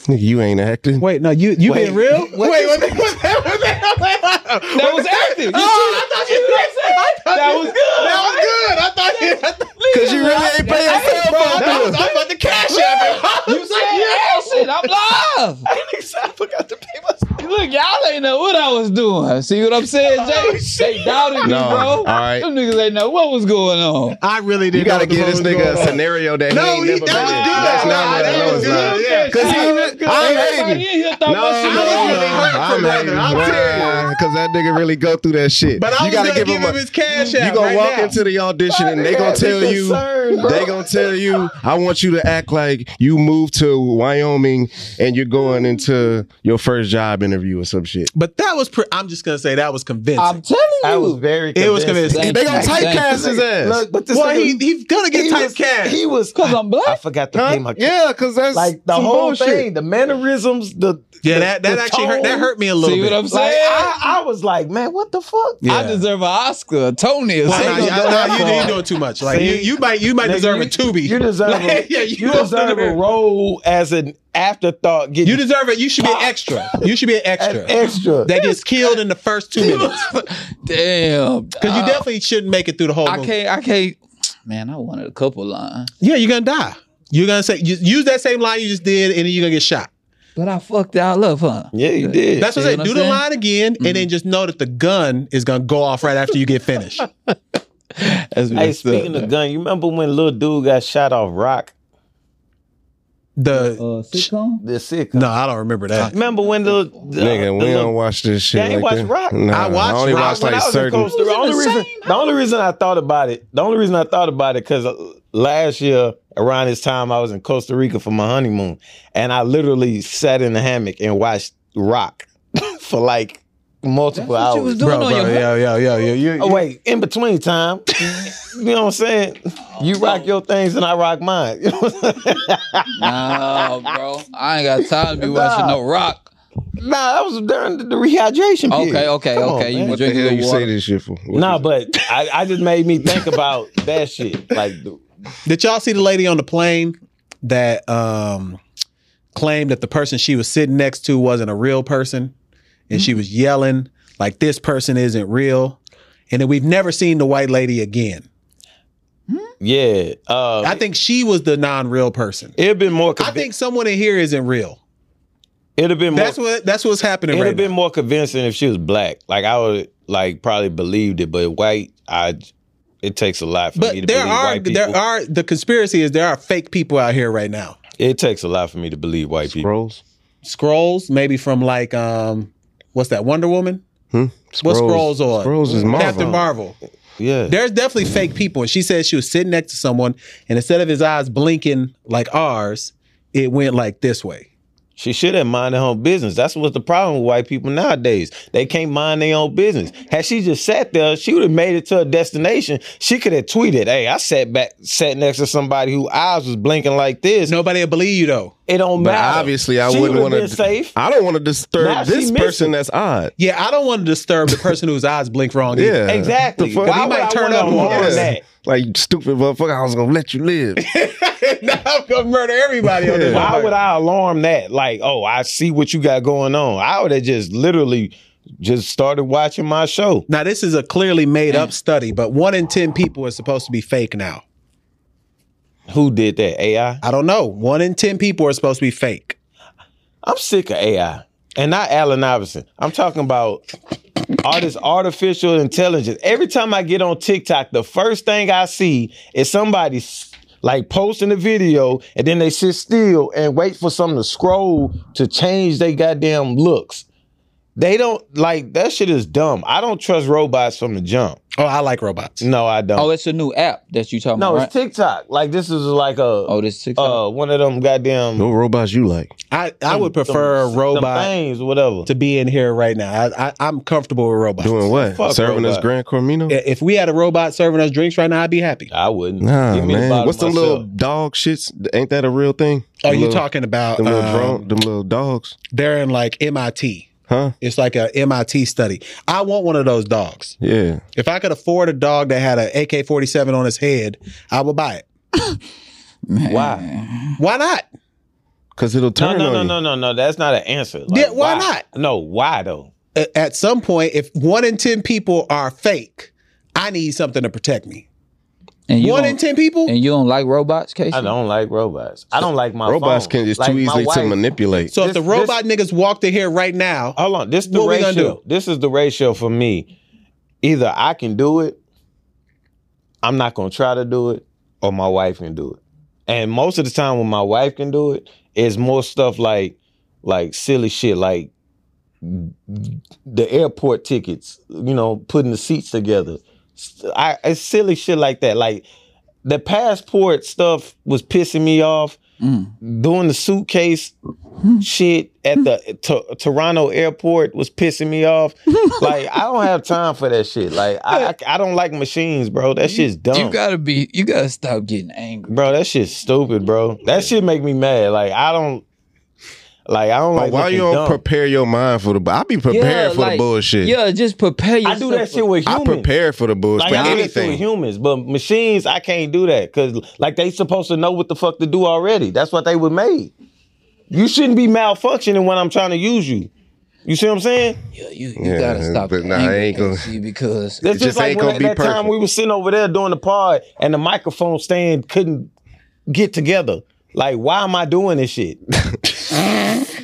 B: Nigga, you ain't acting.
A: Wait, no, you you
C: Wait,
A: being real? Wait,
C: what-
A: what, the- what, the- what the hell?
C: Oh,
D: That was active. You
A: Oh, I thought you
D: That was good.
A: That was good. I thought you. I thought,
B: Cause you really ain't paying
D: Hey,
B: cell
D: bro,
B: phone
A: that
B: bill.
A: was, I'm about to cash out.
D: You said action. I'm live.
A: I forgot to pay my.
D: Look, y'all ain't know what I was doing. See what I'm saying,
A: Oh,
D: Jay? they doubted
B: No,
D: me, bro.
B: all right.
D: Them niggas ain't know what was going on.
A: I really did.
B: You gotta give this nigga a scenario that
A: No,
B: he
A: he-
B: ain't never
A: that was
B: been in.
A: good.
B: That's
A: Nah,
B: not
A: that
B: real.
A: was
B: No, it's not.
A: good. yeah. 'Cause
B: he- I ain't hating.
D: No,
B: No, no,
A: was
B: no,
A: really hurting,
B: I'm
A: brother.
B: hating.
A: I'm telling
B: Nah, Cause that nigga really go through that shit.
A: But I
B: you
A: was
B: gotta
A: gonna give,
B: give
A: him
B: a-
A: his cash
B: You
A: out.
B: gonna
A: right
B: walk
A: now.
B: into the audition and they gonna tell you they gonna tell you I want you to act like you moved to Wyoming and you're going into your first job interview or some shit.
A: But that was. Pre- I'm just gonna say that was convincing.
D: I'm
C: I
D: telling
C: was
D: you.
C: very.
A: it was convincing.
C: convincing.
D: Thank
B: They gonna
D: you, thank
B: typecast
D: you.
B: his ass.
C: Look, but this
A: well,
C: nigga-
A: he he's gonna get
C: was-
A: typecast.
C: He was
D: 'Cause I'm black?
C: I forgot to
B: Huh?
C: pay my
B: yeah, cause that's
C: Like the
B: some
C: whole
B: bullshit.
C: thing, the mannerisms, the
A: yeah,
C: the-
A: that that
C: the
A: actually hurt.
C: tone.
A: That hurt me a little
D: See
A: bit.
D: what I'm
C: Like,
D: saying?
C: I, I was like, man, what the fuck?
A: Yeah.
D: I deserve an Oscar, a Tony, or
A: Well,
D: something.
A: nah,
C: Ain't
A: you-
C: gonna
A: nah,
C: do
A: you,
C: that
A: you
C: for
A: doing too much. Like
C: See?
A: you, you might you might
C: Nigga,
A: deserve a
C: you-
A: Tubi.
C: You deserve a,
A: Like, yeah, you,
C: you deserve a role as an afterthought. Get
A: You deserve it. You should be an extra. You should be an
C: an
A: extra.
C: extra.
A: That gets killed in the first two minutes
D: Damn. Uh,
A: because you
D: dog.
A: definitely shouldn't make it through the whole.
D: I
A: movie.
D: can't. I can't. Man, I wanted a couple lines,
A: Yeah, you're gonna die. You're gonna say you, use that same line you just did, and then you're gonna get shot.
D: but I fucked y'all up, huh?
C: yeah, you did.
A: That's what
D: See
A: I say.
D: what
A: Do
D: I'm
A: the
D: saying?
A: line again, and then just know that the gun is gonna go off right after you get finished.
D: That's
C: hey, speaking of gun, you remember when little dude got shot off rock?
A: The
D: Uh, sitcom.
C: The sick.
A: no, I don't remember that.
C: Remember when the, the
B: Nigga, we
C: the little-
B: don't watch this shit.
C: Y'all ain't
B: like
C: watch
B: that.
C: Rock?
B: Nah,
A: I watched
B: I only
A: Rock
B: watch
C: when
B: like
C: I was in
B: certain.
C: Costa Rica, the
D: It was in
C: only
D: the
C: reason,
D: same
C: the only reason I thought about it, the only reason I thought about it, because last year around this time I was in Costa Rica for my honeymoon, and I literally sat in the hammock and watched Rock for like multiple
D: That's what you
C: hours.
D: was doing on your
A: yeah, yeah, yeah, yeah, yeah.
C: Oh wait, in between time, you know what I'm saying?
D: Oh,
C: You rock your things and I rock mine. You know what I'm saying?
D: Nah, bro. I ain't got time to be watching
C: Nah.
D: no rock.
C: nah, that was during the, the rehydration. Period.
D: Okay, oh. okay,
C: Come on,
D: okay.
C: man.
D: you
B: What the
D: drinking
B: hell you
D: water.
B: say this shit for? What
C: Nah,
B: is-
C: but I, I just made me think about that shit. Like, the-
A: Did y'all see the lady on the plane that um claimed that the person she was sitting next to wasn't a real person? And
C: Mm-hmm.
A: she was yelling, like, this person isn't real. And then we've never seen the white lady again.
C: yeah, uh,
A: I think she was the non real person.
C: It'd been more. Convi-
A: I think someone in here isn't real.
C: it'd have been more.
A: That's what that's what's happening
C: it'd
A: right
C: have been more convincing if she was black. Like I would like probably believed it, but white, I it takes a lot for me to
A: But there
C: believe
A: are
C: white people.
A: there are the conspiracy is there are fake people out here right now.
C: it takes a lot for me to believe white people.
B: Scrolls.
A: Scrolls, maybe from like um, what's that Wonder Woman?
B: Hmm?
A: What scrolls are?
B: Scrolls is Marvel.
A: Captain Marvel.
C: Yeah.
A: There's definitely fake people. And she said she was sitting next to someone, and instead of his eyes blinking like ours, it went like this way.
C: She should have mind her own business. That's what's the problem with white people nowadays. They can't mind their own business. Had she just sat there, she would have made it to her destination. She could have tweeted, "Hey, I sat back, sat next to somebody who eyes was blinking like this."
A: Nobody will believe you though.
C: it don't
B: But
C: matter.
B: obviously, I
C: She
B: wouldn't
C: would've
B: want to.
C: been safe.
B: I don't want to disturb
C: Now she
B: this
C: missing.
B: person. That's odd.
A: Yeah, I don't want to disturb the person whose eyes blink wrong. either.
B: Yeah,
C: Exactly.
B: The fuck?
C: Why
A: He
C: would
A: might
C: I
A: turn
C: wanna
A: up on
C: harm
A: us.
C: that?
B: Like you stupid motherfucker, I was gonna let you live.
A: now I'm gonna murder everybody on this.
B: Yeah.
C: Why
A: motherfucker.
C: would I alarm that? Like, oh, I see what you got going on. I would have just literally just started watching my show.
A: Now this is a clearly made up study, but one in ten people is supposed to be fake now.
C: Who did that? AI?
A: I don't know. One in ten people are supposed to be fake.
C: I'm sick of AI. And not Allen Iverson. I'm talking about all this artificial intelligence. Every time I get on TikTok, the first thing I see is somebody s- like posting a video and then they sit still and wait for something to scroll to change their goddamn looks. They don't like that shit is dumb. I don't trust robots from the jump.
A: Oh, I like robots.
C: No, I don't.
D: Oh, it's a new app that you talking
C: no,
D: about.
C: it's TikTok. Like this is like a
D: oh, this TikTok.
C: uh one of them goddamn
B: no robots you like.
A: I, I would prefer a
C: them
A: robot
C: things, whatever.
A: to be in here right now. I, I I'm comfortable with robots.
B: Doing what?
C: Fuck
B: Serving
C: robot.
B: us Grand Cormino?
A: I- If we had a robot serving us drinks right now, I'd be happy.
C: I wouldn't.
B: Nah,
C: Give me a
B: man.
C: bottle
B: What's them
C: myself.
B: little dog shits? Ain't that a real thing?
A: Oh,
B: Them
A: you
B: little-
A: talking about
B: them little
A: um,
B: drunk, them little dogs,
A: they're in like MIT.
B: huh?
A: It's like a MIT study. I want one of those dogs.
B: Yeah.
A: If I could afford a dog that had a AK forty seven on his head, I would buy it.
C: Why?
A: Why not?
B: Cause it'll turn
C: No, no,
B: on
C: no,
B: you.
C: no, no, no. That's not an answer.
A: Yeah, why
C: not? No, why though?
A: A- At some point, if one in ten people are fake, I need something to protect me.
D: and you
A: One
D: don't-
A: in ten people?
D: And you don't like robots, Casey?
C: I don't like robots. I don't like my
B: Robots
C: phone.
B: can it's
C: Like,
B: too
C: my
B: easily to
C: wife-
B: manipulate.
A: So if the
C: This-
A: robot niggas walked in here right now,
C: Hold on. This the
A: What we
C: ratio.
A: gonna do?
C: This is the ratio for me. Either I can do it, I'm not gonna try to do it, or my wife can do it. And most of the time when my wife can do it, it's more stuff like like silly shit, like the airport tickets, you know, putting the seats together. I it's silly shit like that. Like the passport stuff was pissing me off.
B: Mm.
C: Doing the suitcase shit at the to, Toronto airport was pissing me off. like I don't have time for that shit. Like I, I I don't like machines, bro. That shit's dumb.
D: You gotta be. You gotta stop getting angry.
C: bro, that shit's stupid, bro. That shit make me mad. Like I don't like I don't
B: But
C: like
B: why you don't
C: looking dumb.
B: prepare your mind for the? bu- I be prepared for the
D: like,
B: bullshit.
D: Yeah, just prepare
C: I
D: yourself.
C: do that
D: for-
C: shit with
B: I
C: humans.
B: prepare for the bullshit.
C: Like
B: for
C: I do that shit with
B: anything.
C: humans, but machines I can't do that because like they supposed to know what the fuck to do already. That's what they were made. You shouldn't be malfunctioning when I'm trying to use you. You see what I'm saying?
D: Yeah, you, you
B: Yeah,
D: gotta stop
B: but
D: the
B: nah, I
D: anger,
B: ain't gonna-
D: Casey, because
C: That's just
B: just
C: like
B: ain't
C: when
B: gonna
C: at
B: be
C: that time
B: perfect.
C: we were sitting over there doing the pod and the microphone stand couldn't get together. Like, why am I doing this shit?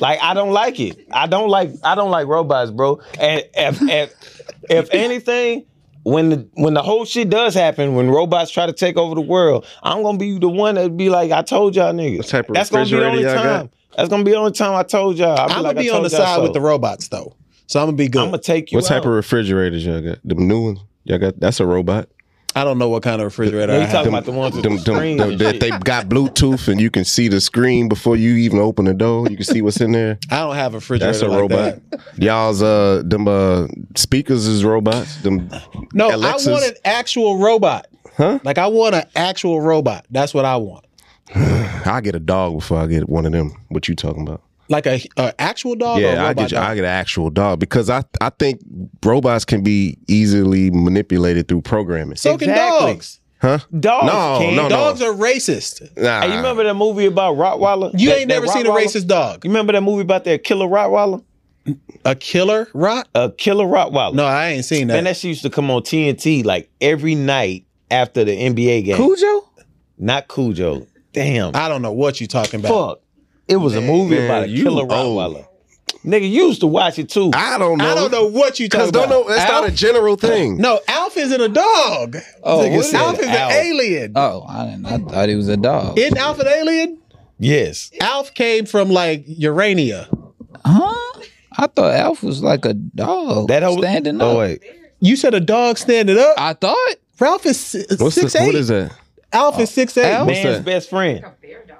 C: like, I don't like it. I don't like. I don't like robots, bro. And if if, if anything. When the when the whole shit does happen, when robots try to take over the world, I'm gonna be the one that be like, I told y'all niggas.
B: type of
C: That's gonna be the only
B: refrigerator y'all got?
C: time. That's gonna be the only time I told y'all. I'll
A: I'm gonna
C: like, I
A: be on the
C: told y'all
A: side
C: so.
A: with the robots though. So I'm gonna be good.
C: I'm gonna take you.
B: What type
C: out.
B: of refrigerators y'all got? Them new ones. Y'all got that's a robot.
A: I don't know what kind of refrigerator.
C: No,
A: I
C: you
A: have.
C: talking about the ones with
B: Them,
C: the
B: them,
C: screens
B: them-
C: and
B: that
C: shit.
B: they got Bluetooth and you can see the screen before you even open the door. You can see what's in there.
A: I don't have a refrigerator.
B: That's a
A: like
B: robot.
A: that.
B: Y'all's uh them uh speakers is robots. Them
A: No,
B: Alexas.
A: I want an actual robot.
B: Huh?
A: Like I want an actual robot. That's what I want.
B: I get a dog before I get one of them. What you talking about?
A: Like a, a actual dog. or a
B: Yeah, I
A: robot
B: get you,
A: dog?
B: I get an actual dog because I I think robots can be easily manipulated through programming.
A: so can
C: Exactly.
A: dogs.
B: huh?
C: Dogs
B: No,
C: can't.
B: no, no.
A: Dogs are racist.
B: Nah.
C: Hey, you remember that movie about Rottweiler?
A: You
C: That-
A: ain't
C: that
A: never seen a
C: Rottweiler?
A: racist dog.
C: You remember that movie about that killer Rottweiler?
A: A killer rock?
C: A killer Rottweiler.
A: No, I ain't seen that.
C: Man, that shit used to come on TNT like every night after the NBA game.
D: Cujo.
C: Not Cujo. Damn.
A: I don't know what you talking about.
C: Fuck. It was a movie
B: Man,
C: about a
B: you
C: killer
B: old.
C: Rottweiler. Nigga you used to watch it too.
B: I don't know.
A: I don't know what you
B: Cause
A: talking
B: don't
A: about.
B: know. That's not a
A: Alf-
B: general thing.
A: No, Alf isn't a dog.
D: Oh,
A: Nigga,
D: what is
A: Alf
C: it?
A: is
C: Alf.
A: an alien.
D: Oh, I didn't. I thought he was a dog.
A: Isn't Alf an alien?
C: yes.
A: Alf came from like Urania.
D: huh? I thought Alf was like a dog
C: That whole
D: standing up.
C: Oh wait.
A: You said a dog standing up.
D: I thought.
A: Ralph is six,
B: What's
A: six
B: the,
A: eight.
B: what is that?
A: Alf is six eight.
D: Alf?
C: Man's
B: that?
C: best friend.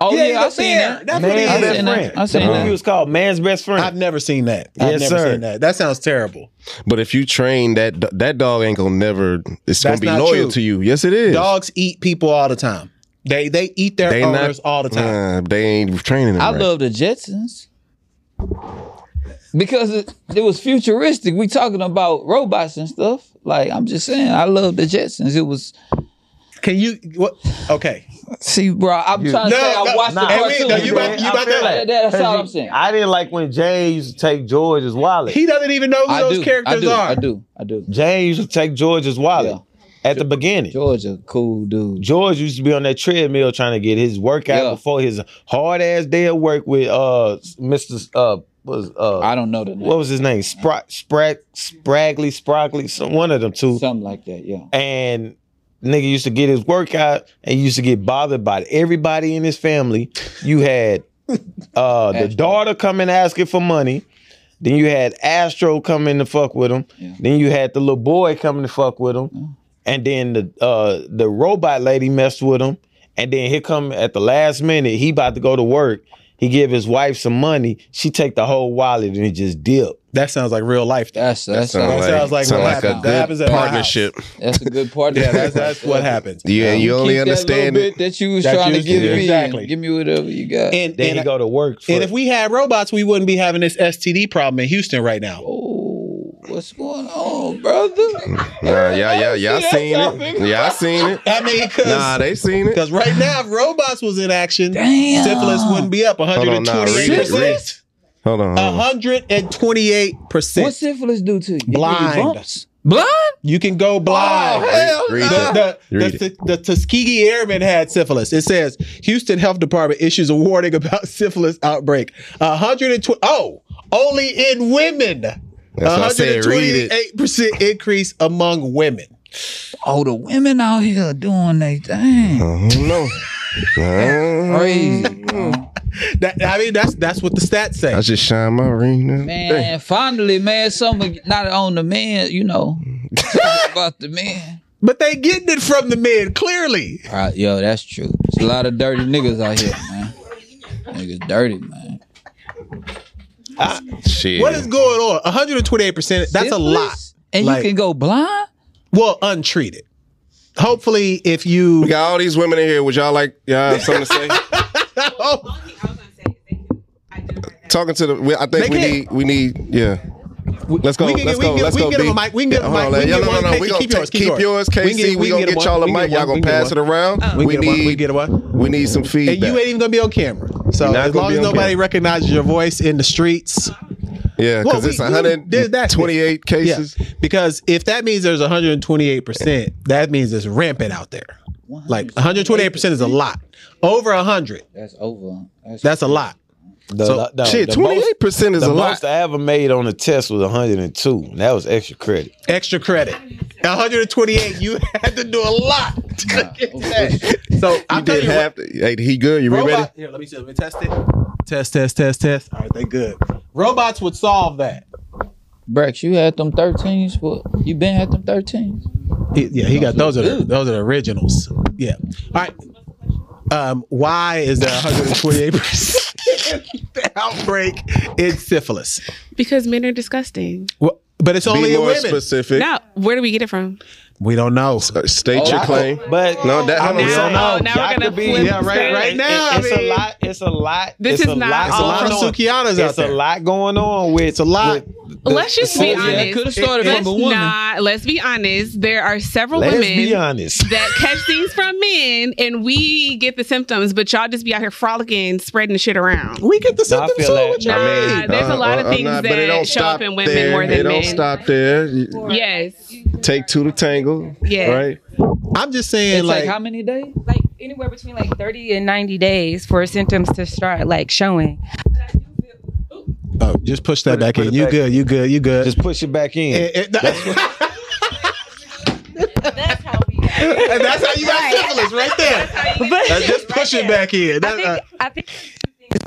D: Oh
A: Yeah,
D: yeah,
A: he's
D: I
A: a
D: seen
A: bear.
D: that.
A: That's what he
C: Man's
A: is.
D: I
C: best
D: seen
C: friend.
D: that. I seen
C: the
D: that.
C: movie was called Man's Best Friend.
A: I've never seen that. I've
C: Yes,
A: never
C: sir.
A: seen that. That sounds terrible.
B: But if you train that do- that dog ain't gonna never. It's
A: That's
B: gonna be
A: not
B: loyal
A: true.
B: to you. Yes, it is.
A: Dogs eat people all the time. They they eat their
B: They
A: owners all the time.
B: Uh, they ain't training them.
D: I
B: right.
D: love the Jetsons because it, it was futuristic. We talking about robots and stuff. Like I'm just saying, I love the Jetsons. It was
A: Can you what? Okay,
D: see, bro. I'm
A: No,
D: trying to say I
A: no,
D: watched
A: nah.
D: the
A: Hey, wait,
D: cartoon.
A: no, you
D: bro.
A: about- you about to-
D: that- that's all I'm saying.
C: I didn't like when Jay used to take George's wallet.
A: he doesn't even know who
D: I
A: those
D: do,
A: characters
D: I do,
A: are.
D: I do. I do.
C: Jay used to take George's wallet at the beginning.
D: George a cool dude.
C: George used to be on that treadmill trying to get his workout
D: Yeah.
C: before his hard ass day of work with uh Mr. Uh was uh
D: I don't know the
C: what
D: name.
C: was his name? Sprat Sprat Spraggly Sprockly, some one of them two.
D: Something like that. Yeah.
C: And nigga used to get his workout and used to get bothered by everybody in his family. You had uh the
D: Astro.
C: daughter coming asking for money. Then you had Astro coming to fuck with him.
D: Yeah.
C: Then you had the little boy coming to fuck with him. And then the uh the robot lady messed with him. And then here come at the last minute, he about to go to work. He give his wife some money. She take the whole wallet and it just dip.
A: That sounds like real life.
D: That's that's
B: Sound
A: That
D: that's,
A: sounds like
B: sound
A: what
B: like a
A: happened. That happens
B: good
A: at my house.
B: partnership.
D: that's a good part.
A: Yeah, that's that's what happens.
B: Yeah, you
D: Keep
B: only
D: that little
B: understand
D: bit
B: it.
D: that you was
A: That
D: trying
A: you
D: to
A: was-
D: give
A: yeah.
D: me.
A: Exactly.
D: Give me whatever you got.
A: And
C: Then he
A: and,
C: go to work. For,
A: and if we had robots, we wouldn't be having this STD problem in Houston right now.
D: oh, what's going on, brother?
B: Nah, yeah, yeah, yeah. I
D: That's
B: seen
D: something.
B: it. Yeah, I seen it.
A: I mean, because
B: Nah, they seen it.
A: right now, if robots was in action,
D: Damn.
A: syphilis wouldn't be up
B: on, nah, read it,
A: 128
B: read
A: percent.
B: Hold on. Hold
D: Uh-huh.
B: on.
A: 128
D: What
A: percent.
D: syphilis do to you? It give you?
A: Blind.
D: bumps? Blind?
A: You can go blind.
D: Oh, hell
B: Read- read
D: no.
B: that.
A: the, the,
B: Read
A: the, the Tuskegee Airmen had syphilis. It says Houston Health Department issues a warning about syphilis outbreak. 120. Oh, only in women.
B: That's what I said. Read it.
A: 128% increase among women.
D: Oh, the women out here doing they
A: Mm-hmm.
D: thing.
B: No.
D: Crazy. bro.
A: That, I mean, that's that's what the stats say.
B: I just shine my ring. now.
D: Man, finally, man, something not on the men, you know.
A: Mm-hmm.
D: Something about the men.
A: But they getting it from the men, clearly.
D: All right, yo, that's true. There's a lot of dirty niggas out here, man. Niggas dirty, man.
B: Shit.
A: What is going on? 128%. That's a lot.
D: Syphilis? And
A: Like-
D: you can go blind?
A: Well, untreated. Hopefully, if you
B: we got all these women in here. Would y'all like y'all have something to say?
A: oh,
E: only I was gonna say is they can identify that.
B: Talking to the, we- I think
A: They
B: we
A: can't.
B: need, we need, yeah. Let's go.
A: we can get,
B: let's
A: we
B: go.
A: can get,
B: let's
A: we
B: go.
A: can get
B: B.
A: him a mic. We can get
B: Yeah,
A: him a
B: hold on,
A: mic. We
B: No,
A: can
B: no,
A: get one.
B: no, no.
A: Casey,
B: We gonna
A: keep yours.
B: take-
A: Keep yours.
B: KC.
A: We can get-
B: We
A: we can
B: gonna
A: get
B: get
A: one.
B: y'all a
A: We can
B: mic.
A: get
B: Y'all
A: one.
B: gonna pass it around.
A: We
B: We
A: get one. We
B: need,
A: get one.
B: we need some feedback.
A: And you ain't even gonna be on camera. So
B: You're not
A: as
B: gonna
A: long as
B: be on
A: nobody
B: camera.
A: recognizes your voice in the streets,
B: Yeah,
A: Well,
B: because
A: we-
B: it's
A: we did that.
B: 128
A: yeah.
B: cases.
A: Because if that means there's 128, percent that means it's rampant out there. Like 128 percent is a lot. Over 100,
D: That's over.
A: that's a lot.
C: the,
A: So,
C: the-
B: Shit,
C: the most-
B: 28 percent is
C: the
B: a
C: most
B: lot.
C: I ever made on a test was 102. And that was extra credit.
A: Extra credit. 128, you had to do a lot to get that. So
B: You
A: I'm telling
B: did
A: you, what-
B: half. Hey, he good. You ready?
A: Robot- Here, let me see. Let me test it. Test, test, test, test. All right, they good. Robots would solve that.
D: Brex, you had them 13s? Well, you been had them 13s?
A: He- yeah, he got those are the, those are the originals. Yeah. All right. Um, why is there 128 percent outbreak in syphilis?
F: Because men are disgusting.
A: Well, but it's only
B: Be
A: in
B: more
A: women.
B: specific.
F: Now, where do we get it from?
A: We don't know.
B: Uh, State your
C: Oh,
B: claim.
C: But
B: No, that
C: I
B: hold
C: mean,
B: on.
F: Now-
B: so-
C: so no,
F: now we're
C: y'all
F: gonna
C: could be-
F: flip
A: Yeah, right-
F: script.
A: right now,
C: it- it's
A: I mean-
C: a lot. It's a lot.
F: This
C: it's
F: is
C: a
F: not
C: lot,
A: It's a lot of
F: Hold on.
A: Sukianas out
C: It's a
A: there.
C: lot going on with. It's
A: a lot.
F: Let's just be honest.
D: could have started
F: Let's
D: from a woman.
F: not. Let's be honest. There are several
C: Let's
F: women
C: be honest.
F: that catch things from men, and we get the symptoms. But y'all just be out here frolicking, spreading the shit around.
A: We get the
C: No, I
A: symptoms
C: feel
A: too.
C: that.
A: with
F: Nah,
A: y'all.
F: there's a lot of things
B: uh, not- but it
F: that
B: don't
F: show up
B: stop
F: in women
B: there.
F: more than
B: It
F: men.
B: don't stop there. You
F: Yes.
B: take two to tangle.
F: Yeah.
B: Right.
A: I'm just saying,
D: It's
A: like,
D: like, how many days?
G: like anywhere between like 30 and 90 days for symptoms to start like showing.
A: oh, Just push that
C: Put it-
A: back
C: put
A: in.
C: it
A: You
C: back
A: good? You good? You good?
C: Just push it back in.
A: And- and-
E: That's how we.
A: and that's how you got syphilis right there. Uh, just push it back in. That- uh,
E: I think,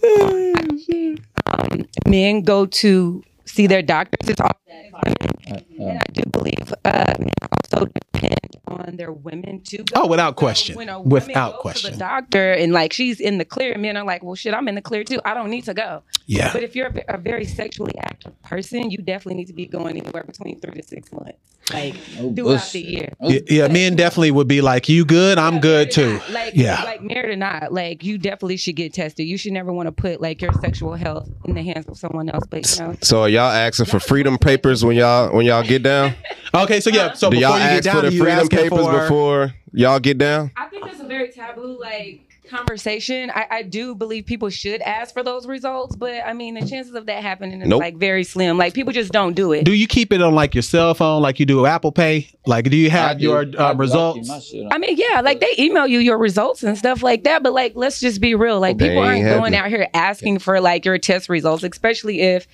E: I think um, men go to see their doctors. It's all that environment. and I do believe uh, men also depend on their women too.
A: oh, without question.
E: When a woman
A: Without
E: goes To the
A: question.
E: doctor and like she's in the clear, men are like, well, shit, I'm in the clear too. I don't need to go.
A: Yeah.
E: But if you're a, ve- a very sexually active person, you definitely need to be going anywhere between three to six months, like
D: Oh,
E: throughout the
D: bullshit.
E: year.
A: Y- Yeah, men definitely would be like, "You good? I'm good too."
E: Like,
A: Yeah.
E: like married or not, like you definitely should get tested. You should never want to put like your sexual health in the hands of someone else. But you know,
B: So are y'all asking for freedom papers when y'all when y'all get down?
A: Okay, so yeah, so
B: Do y'all
A: before you
B: ask
A: get down,
B: for the
A: to you
B: freedom
A: asking
B: papers
A: for
B: before y'all get down?
E: I think that's a very taboo like conversation. I, I do believe people should ask for those results, but I mean the chances of that happening is
B: Nope.
E: like very slim. Like people just don't do it.
A: Do you keep it on like your cell phone, like you do Apple Pay? Like, do you have your uh, results?
E: I mean, yeah, like they email you your results and stuff like that, but like let's just be real. Like
B: They
E: people
B: ain't
E: aren't
B: happy.
E: going out here asking for like your test results, especially if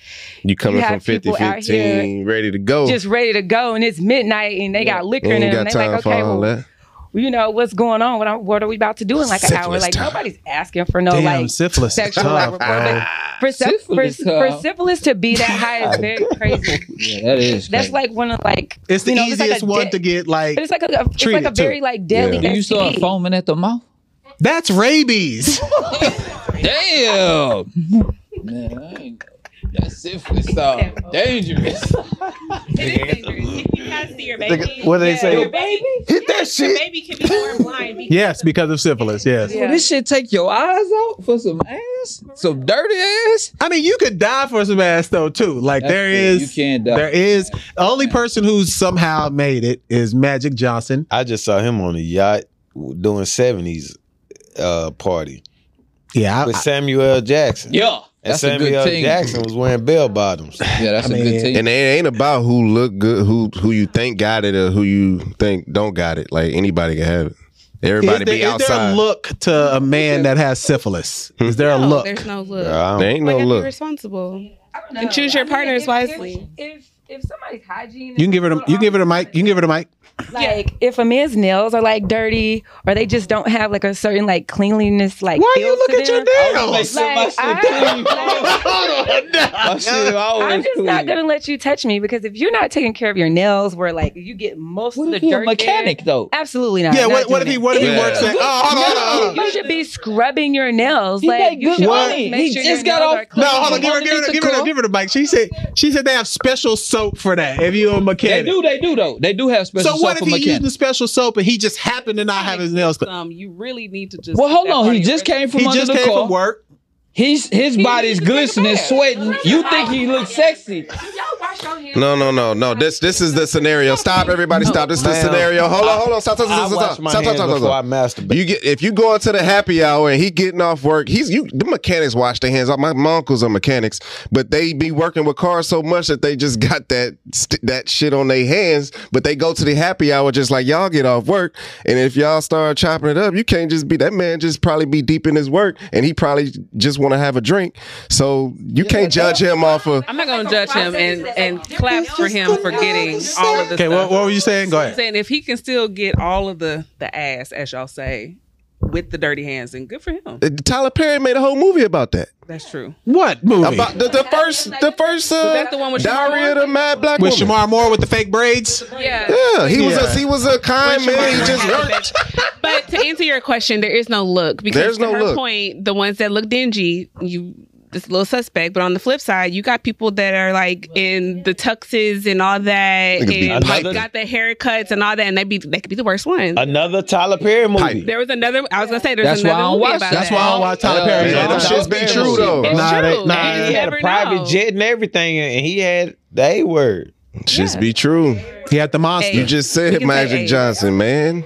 B: You coming
E: have
B: from 50,
E: people out here
B: 15, ready to go.
E: just ready to go and it's midnight and they got liquor
B: You
E: in
B: ain't
E: them.
B: got
E: They
B: time
E: like,
B: for
E: okay,
B: all
E: well,
B: that.
E: you know what's going on? What, I'm, what are we about to do in like an hour?
B: Syphilis
E: Like
B: time.
E: nobody's asking for no
A: Damn,
E: like
A: syphilis is
E: sexual
A: tough,
E: like, report. But for, sy-
D: Syphilis
E: for, for
D: time.
E: syphilis to be that high is very crazy.
D: yeah, that is.
E: That's
D: crazy.
E: like one of like
A: It's the
E: you know,
A: easiest
E: like a
A: one
E: de-
A: to get. Like,
E: But it's like a it's like a
A: treated, too.
E: very like deadly.
B: Yeah.
D: You saw it
E: STD.
D: foaming at the mouth.
A: that's rabies.
D: Damn. Man, I ain't- that syphilis sound dangerous.
F: If you guys see your baby,
C: what do they say?
F: Your baby,
C: Hit that
F: your
C: shit.
F: baby can be born blind. Because
A: yes, because of syphilis. Yes.
E: Yeah.
D: This shit take your eyes out for some ass, some dirty ass.
A: I mean, you could die for some ass though too. Like there
D: That's it.
A: is,
D: you can't die.
A: there is. The only person who's somehow made it is Magic Johnson.
C: I just saw him on a yacht doing seventies uh, party
A: Yeah, I,
C: with Samuel L. Jackson.
D: yeah,
C: And
D: that's a
C: Samuel
D: good
C: L.
D: team.
C: Jackson was wearing bell bottoms.
D: Yeah,
A: I
D: that's a
A: mean,
D: good team.
B: And it ain't about who look good, who who you think got it or who you think don't got it. Like anybody can have it. Everybody
A: is there,
B: be
A: is there
B: outside.
A: a look to a man that has syphilis? Is there a
F: no,
A: look?
F: There's no look.
C: Bro,
B: There
C: I don't-
B: ain't
F: Like,
B: no
F: I'd be
B: look.
F: responsible.
E: I don't
F: And
E: know.
F: choose your
E: I mean,
F: partners
E: if-
F: wisely.
E: If if somebody's hygiene,
A: You can give it. A, you can give it a mic. You can give it a mic.
E: Like if a man's nails are like dirty or they just don't have like a certain like cleanliness like
A: Why
E: feel
A: you look
E: to
A: at your
E: them,
A: nails?
E: Like, I,
C: Oh,
D: My shit always
E: am just
D: clean.
E: not gonna let you touch me because if you're not taking care of your nails, where like you get most
D: What
E: of the
D: if he a
E: dirt,
D: mechanic
E: there,
D: though?
E: absolutely not.
A: Yeah.
E: Not
A: What, what if
E: doing
A: he?
E: it.
A: What if he
B: Yeah.
A: works at? Oh, hold on, hold on, hold
E: You should be scrubbing your nails.
D: He
E: like
D: make
E: you
D: good
E: should
A: money.
E: always
D: He
E: make sure
D: just
E: your
D: got
E: nails
D: off-
E: are
A: on.
E: clean.
A: No, hold on. Give her, give her, give her, give her, give her the mic. She said. She said they have special soap for that. If you're a
D: They
A: mechanic.
D: do, they do though. They do have special
A: So what
D: stuff
A: if
D: for
A: he used the
D: mechanics.
A: special soap and he just happened to not have his nails? clean?
F: Um, you really need to just.
D: Well, hold
F: that
D: on.
F: part
D: He
F: of your
D: just came from
A: He
D: under
A: just
D: the
A: came
D: car.
A: from work.
D: He's his body's
E: needs to take a
D: glistening,
E: bath.
D: sweating. You think he looks sexy?
E: Y'all wash your hands.
B: No, no, no, no. This this is the scenario. Stop, everybody. Stop. This is the
C: Ma'am.
B: scenario. Hold on, hold on. Stop, stop,
C: I
B: stop, stop,
C: wash
B: stop,
C: my
B: stop,
C: hands
B: stop, stop,
C: before I
B: stop.
C: masturbate.
B: You get if you go into the happy hour and he getting off work, he's you. The mechanics wash their hands. off. My, my uncles are mechanics, but they be working with cars so much that they just got that st- that shit on their hands. But they go to the happy hour just like y'all get off work, and if y'all start chopping it up, you can't just be that man. Just probably be deep in his work, and he probably just want to have a drink. So you can't judge him off of.
F: I'm not gonna judge him and and clap for him for getting all of the
A: Okay,
F: stuff.
A: what, what were you saying? Go ahead.
F: saying if he can still get all of the the ass, as y'all say, with the dirty hands, then good for him.
B: uh, Tyler Perry made a whole movie about that.
F: That's true.
A: What movie?
B: About the, the first, the first, uh,
F: that the one with
B: Diary
F: Shamar?
B: of the Mad Black
A: With
B: Woman.
A: Shamar Moore with the fake braids?
F: Yeah.
B: Yeah, he was
A: Yeah.
B: a he was a kind
F: Shamar
B: man. He
F: Moore
B: just
F: had the
B: worked.
F: But to answer your question, there is no look because
B: There's
F: to
B: no
F: her
B: look.
F: point, the ones that look dingy, you it's a little suspect. But on the flip side, you got people that are like in the tuxes and all that,
B: They could be
F: and
C: another-
F: got the haircuts and all that, and they be they could be the worst ones.
C: Another Tyler Perry movie.
F: There was another. I was gonna say there's
D: That's why I
F: another
D: don't
F: movie
D: watch-
F: about
D: that's
A: That's
F: that.
A: why I don't watch Tyler
C: Uh,
A: Perry.
C: yeah,
A: That
C: them
A: shit's
C: shits be true,
B: though.
F: It's
A: Nah,
F: true.
A: they- nah,
F: And
A: they-
F: you
C: He had
F: never
C: a private
F: know.
C: jet and everything, and he had the A word.
B: Just be true.
A: He had the monster.
B: You just said
F: can say
B: Magic
F: eight.
B: Johnson, man.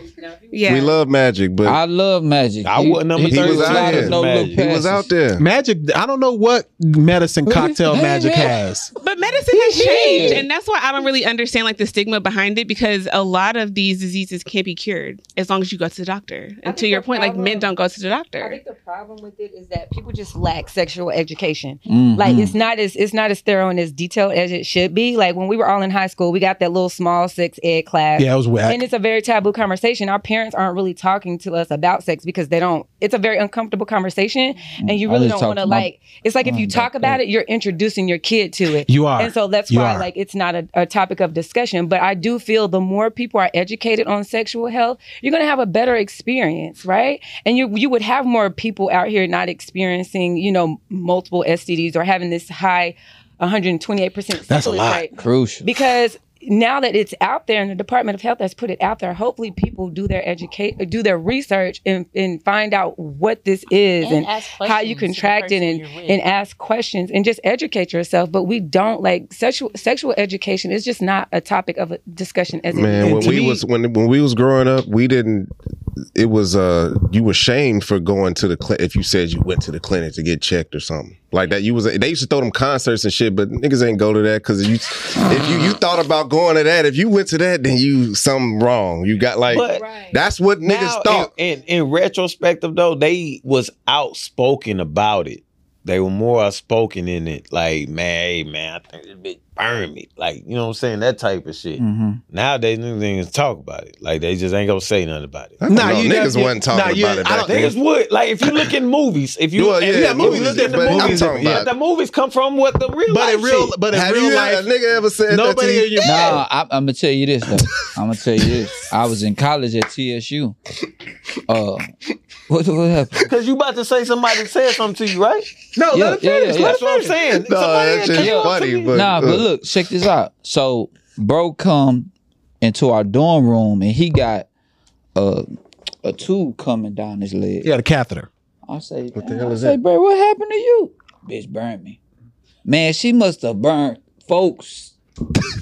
F: Yeah.
B: We love Magic, but
D: I love Magic.
C: I wasn't number
B: he was
D: a
B: out
D: lot
B: here.
D: of no
C: Magic.
D: look
B: he was
D: passes.
B: out there.
A: Magic. I don't know what medicine cocktail
D: Hey,
A: Magic
D: man.
A: has.
F: But medicine has
D: Yeah.
F: changed, and that's why I don't really understand like the stigma behind it because a lot of these diseases can't be cured as long as you go to the doctor. And to your point, like men don't go to the doctor.
E: problem with it is that people just lack sexual education.
D: Mhm.
E: Like it's not as it's not as thorough and as detailed as it should be. Like when we were all in high school, we got that little small sex ed class.
A: Yeah, it was whack.
E: And it's a very taboo conversation. Our parents aren't really talking to us about sex because they don't. It's a very uncomfortable conversation, and you
D: I
E: really
D: just
E: don't
D: talked
E: want to
D: to my-
E: like. It's like if
D: mom
E: you
D: about
E: talk about
D: that.
E: it, you're introducing your kid to it.
A: You are.
E: and so that's
A: You
E: why
A: are.
E: like it's not a, a topic of discussion. But I do feel the more people are educated on sexual health, you're gonna have a better experience, right? And you you would have more people out here not experiencing, you know, multiple STDs or having this high 128 percent.
A: That's a lot.
D: Crucial.
E: because now that it's out there and the Department of Health has put it out there, hopefully people do their educate, do their research, and, and find out what this is and,
G: ask
E: how you
G: questions to the
E: contract it
G: person
E: and,
G: you're with.
E: and ask questions and just educate yourself. But we don't like sexual sexual education is just not a topic of discussion as it
B: Man,
A: And
B: when
A: to
B: we
A: me-
B: was when when we was growing up, we didn't. It was uh, you were shamed for going to the clinic if you said you went to the clinic to get checked or something like that. You was they used to throw them concerts and shit, but niggas ain't go to that because you if you you thought about going to that, if you went to that, then you something wrong. You got like
C: But
B: that's what niggas
C: now,
B: thought.
C: In, in, in retrospective, though, they was outspoken about it. They were more outspoken in it. Like, man, hey, man, I think this bitch burned me. Like, you know what I'm saying? That type of shit.
D: hmm
C: Nowadays, niggas ain't gonna talk about it. Like, they just ain't gonna say nothing about it.
B: I
A: Nah,
B: don't
A: you
B: know,
A: def-
B: niggas wasn't talking
A: nah, you-
B: about it
A: I
B: back
A: don't-
B: then.
C: Niggas would like if you look in movies. If you
B: Well, yeah,
C: if-
A: yeah, movies,
C: look
A: yeah,
C: at the
A: but I'm
C: movies.
A: talking
C: yeah,
B: about-
C: the movies come from what the real.
A: but
C: life
A: in real,
C: shit.
A: but in
B: Have
A: real
B: you
A: life,
B: a nigga ever said
A: nobody
B: that
A: in
B: to
A: your
D: No, I, I'm gonna tell you this though. I'm gonna tell you this. I was in college at TSU. Uh, what, what happened?
C: Cause you about to say somebody said something to you, right?
A: no.
D: Yeah,
A: let him
D: yeah, yeah,
A: finish.
D: yeah.
A: Let
C: That's
A: him
C: what I'm
A: finish.
C: saying.
B: No,
C: Somebody
B: that's
C: had
B: just
C: came up to
B: funny,
C: me.
B: but-
D: Nah,
B: uh,
D: but look, check this out. So, bro, come into our dorm room and he got a a tube coming down his
A: You
D: leg.
A: got a catheter.
D: I say, what
B: the hell is
D: I say,
B: that?
D: bro, what happened to you? Bitch burned me. Man, she must have burned folks.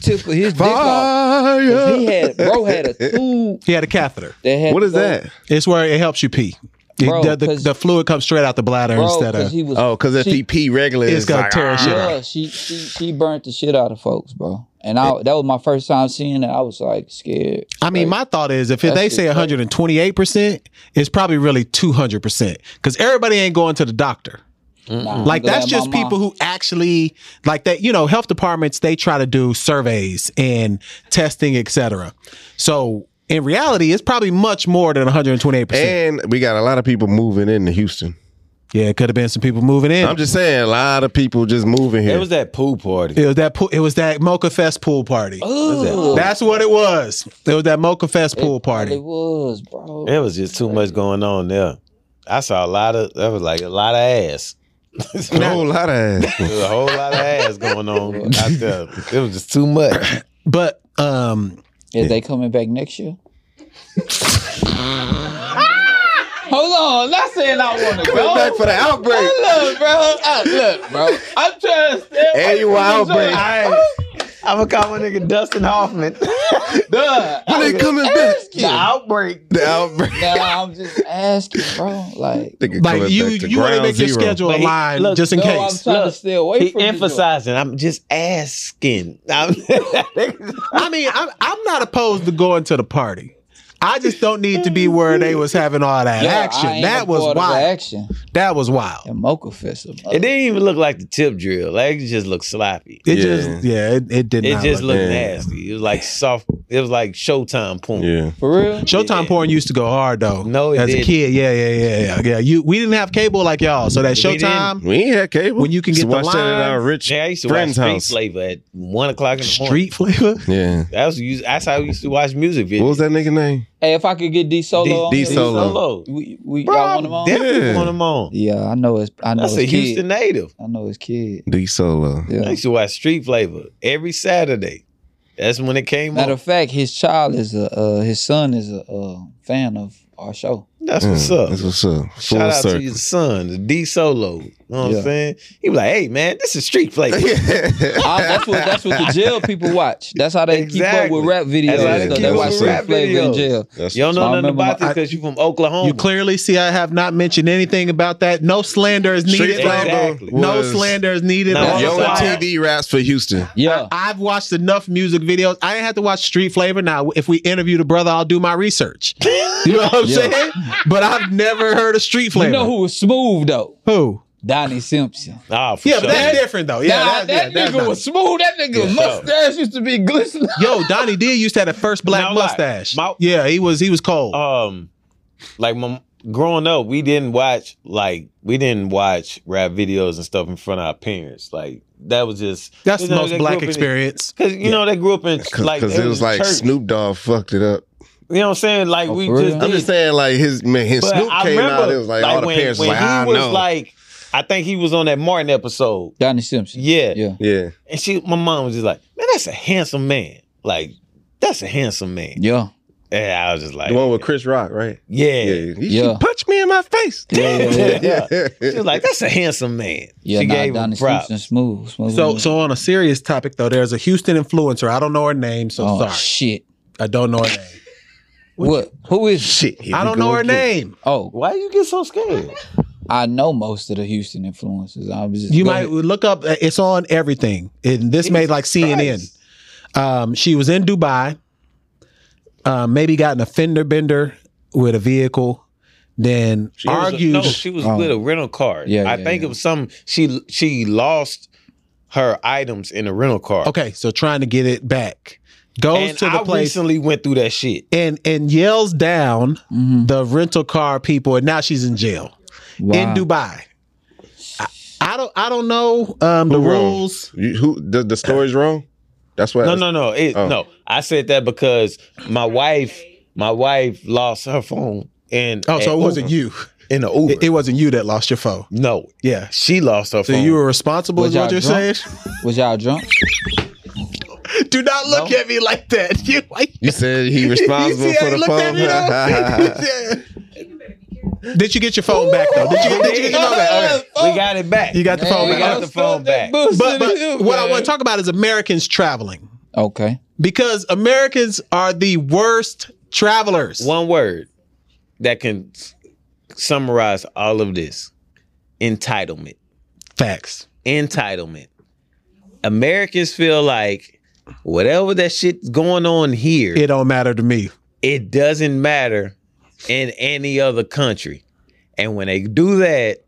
D: Tip of his dick off. 'Cause He had bro had a tube
A: He had a catheter.
D: that had
B: What
D: to
B: is
D: go-
B: that?
A: It's where it helps you pee. It-
D: Bro,
A: the, the-
D: 'cause-
A: the fluid comes straight out the bladder
D: Bro,
A: instead
D: because
A: of.
D: he was
B: Oh, because if
D: she-
B: he pee regular,
A: It's
B: it's
A: gonna
B: like,
A: tear his shit
B: "Ah."
A: up.
D: Yeah, she, she she burnt the shit out of folks, bro. And I that was my first time seeing it. I was like scared.
A: I mean, my thought is if
D: That
A: they
D: shit
A: say
D: crazy.
A: 128 percent, it's probably really 200 percent because everybody ain't going to the doctor.
D: Nah, I'm
A: Like that's
D: glad
A: just
D: my
A: people
D: mom-
A: who actually like that. You know, health departments they try to do surveys and testing, etc. So in reality, it's probably much more than 128 percent.
B: And we got a lot of people moving into Houston.
A: Yeah, it could have been some people moving in.
B: I'm just saying, a lot of people just moving
C: It
B: here.
C: was that pool party.
A: it was that pool, it was that Mocha Fest pool party.
D: Ooh,
A: That's what it was. It was that Mocha Fest pool
D: Oh. It
A: party.
D: was, bro.
C: There was just too much going on there. I saw a lot of that was like a lot of ass.
B: a whole lot of ass.
C: There was a whole lot of ass going on out there. It was just too much.
A: But um
D: Is they coming back next year? Hold on, not saying I want to
B: Coming
D: go.
B: back for the outbreak.
D: Look, bro, I, look, bro. I'm trying to stay
B: Annual outbreak.
C: I'm gonna call my nigga Dustin Hoffman.
B: When they coming back?
C: the outbreak.
B: The outbreak.
D: Nah, I'm just asking, bro. Like,
B: Nigga
A: like
B: coming
A: you
B: back to
A: you want to
B: ground
A: make your
B: zero.
A: schedule
C: But he-
A: align
C: look,
A: just in
D: no, I'm
A: case.
D: trying to
C: Look,
D: stay away
C: He
D: from this, bro.
C: emphasizing, I'm just asking. I'm
A: I mean, I'm I'm not opposed to going to the party. I just don't need to be where they was having all that
D: Yeah, I
A: action.
D: ain't
A: That
D: a
A: was
D: part of the
A: wild.
D: Action.
A: That was wild.
D: And Mocha Fest.
C: It didn't even look like the tip drill. Like it just looked sloppy.
A: It
B: Yeah.
A: just yeah, it, it did
C: It
A: not.
C: just
A: look
C: looked
A: good.
B: Yeah.
C: nasty. It was like soft. It was like Showtime porn.
B: Yeah.
D: For real?
A: Showtime
C: Yeah.
A: porn used to go hard though.
C: No, it
A: as a
C: didn't.
A: kid, yeah, yeah, yeah, yeah, yeah. You we didn't have cable like y'all, so that
C: We didn't.
A: Showtime
B: We ain't had cable.
A: When you can
B: Used to
A: get the
B: watch that at our
A: lines.
B: rich
C: Yeah, I used to
B: friend's
C: watch Street
B: house.
C: Flavor at one o'clock in the morning.
A: street flavor.
B: Yeah.
C: That was used, that's how we used to watch music videos.
B: What was that nigga name?
D: Hey, if I could get D Solo
C: D-
D: on
B: D
D: here,
C: These
B: Solo.
C: Solo.
D: we, we
C: Bro,
D: y'all want him on?
C: I'm definitely
B: Yeah.
C: want him on.
D: Yeah, I know it's I know
C: That's a
D: his kid.
C: Houston native.
D: I know his kid.
B: D Solo.
C: I
D: Yeah.
C: used to watch Street Flavor every Saturday. That's when it came
D: Matter
C: out.
D: of fact, his child is a uh, his son is a uh, fan of our show.
C: That's
B: Yeah,
C: what's up.
B: That's what's up. Hmm. Full
C: Shout out
B: circle.
C: to your son, the D Solo. You know what
D: Yeah.
C: I'm saying? He was like, hey, man, this is Street Flavor.
D: I, Ah, that's what that's what the jail people watch. That's how they keep up
C: Exactly.
D: with rap videos.
C: That's
B: how they
D: and stuff.
B: keep
D: They
B: up
D: watch
B: with
D: Street
C: rap
D: Flavor in
C: videos.
D: jail.
B: That's-
C: you don't know
D: I
C: nothing
D: remember
C: about
D: my-
C: this because you from Oklahoma.
A: You clearly see I have not mentioned anything about that. No slander is needed.
B: Street Flavor
C: Exactly.
A: No
B: was
A: slander is needed.
C: No,
A: on
B: Yo
A: the
C: That's
A: side.
C: why-
B: TV raps for Houston.
D: Yeah.
A: I've watched enough music videos. I didn't have to watch Street Flavor. Now, if we interview the brother, I'll do my research. You know what I'm
D: Yeah.
A: saying? but I've never heard a street flavor.
D: You know who was smooth though?
A: who?
D: Donnie Simpson.
C: Nah, for
A: Yeah,
C: sure.
A: but that's different though. Yeah,
D: Nah,
A: that,
D: that,
A: yeah, that's
D: nigga
A: not-
D: was smooth. That nigga mustache used to be glistening.
A: Yo, Donnie D used to have the first black
C: No lie.
A: mustache.
C: My-
A: yeah, he was he was cold.
C: um like my growing up we didn't watch like we didn't watch rap videos and stuff in front of our parents like that was just
A: That's
C: you
A: the
C: know,
A: most
C: they
A: black
C: grew up in-
A: experience.
C: Cause you know they grew up in
B: Cause,
C: like
B: 'cause
C: they
B: it was like
C: church.
B: Snoop Dogg fucked it up.
C: You know what I'm saying? Like we
D: for
C: just,
D: real?
B: I'm
C: did.
B: just saying, like his man, his
C: But
B: Snoop
C: I
B: came
C: remember,
B: out. It was like, all the
C: when,
B: parents
C: when
B: was like, "Ah,
C: he
B: I
C: was
B: know.
C: like, I think he was on that Martin episode.
D: Donnie Simpson.
C: Yeah.
D: Yeah.
B: yeah,
C: and she, my mom was just like, man, that's a handsome man. Like that's a handsome man.
D: Yeah.
C: And I was just like,
B: the one with Chris Rock, right?
C: yeah.
B: Yeah,
C: yeah.
B: He-
D: Yeah.
B: she punched me in my face.
D: Yeah. Yeah. yeah.
C: She was like, that's a handsome man.
D: Yeah,
C: she
D: nah,
C: gave him
D: Donnie
C: props.
D: Simpson smooth. smooth
A: So
D: Oh, man.
A: so on a serious topic though, there's a Houston influencer. I don't know her name, so
D: oh,
A: sorry.
D: shit.
A: I don't know her name.
D: What? Who is?
B: Shit, here
A: I
B: we
A: don't
B: go
A: know her
B: again.
A: name.
D: Oh,
C: Why you get so scared?
D: I know most of the Houston influences. I was just
A: You
D: go
A: might
D: ahead.
A: look up. It's on everything. And this made like CNN.
C: Christ.
A: Um, she was in Dubai. Um, maybe got in a fender bender with a vehicle. Then
C: She was-
A: argued.
C: no, she was
D: Oh.
C: with a rental car.
D: Yeah,
C: I
D: yeah,
C: think
D: yeah.
C: it was some. She she lost her items in a rental car.
A: okay, so trying to get it back. Goes
C: and
A: to the
C: I
A: place
C: recently went through that shit.
A: and and yells down
D: Mhm.
A: the rental car people, and now she's in jail
D: Wow.
A: in Dubai. I, I don't I don't know um, the
B: Who wrong?
A: rules.
B: You, who the, the story's wrong? That's what.
C: No, no, no. It,
B: Oh.
C: No, I said that because my wife, my wife lost her phone in
A: Oh, so it
C: an
A: wasn't you.
C: Uber- in the Uber.
A: It, it wasn't you that lost your phone.
C: no,
A: Yeah.
C: she lost her
A: So
C: phone.
A: you were responsible,
D: Was
A: is what
D: y'all
A: you're
D: drunk?
A: saying?
D: Was y'all drunk?
A: Do not look at me like that. You like
B: You said he responsible
A: You see
B: for
A: how
B: the
A: he looked
B: phone.
A: at Did you get your phone back though? Did you, did you get your phone back? Okay.
C: we got it back.
A: You got the phone
C: we
A: back.
C: got the phone back.
A: But, but what I want to talk about is Americans traveling
D: Okay.
A: because Americans are the worst travelers.
C: one word that can s- summarize all of this: entitlement.
A: Facts.
C: Entitlement. Americans feel like whatever that shit's going on here,
A: It don't matter to me.
C: it doesn't matter in any other country. And when they do that,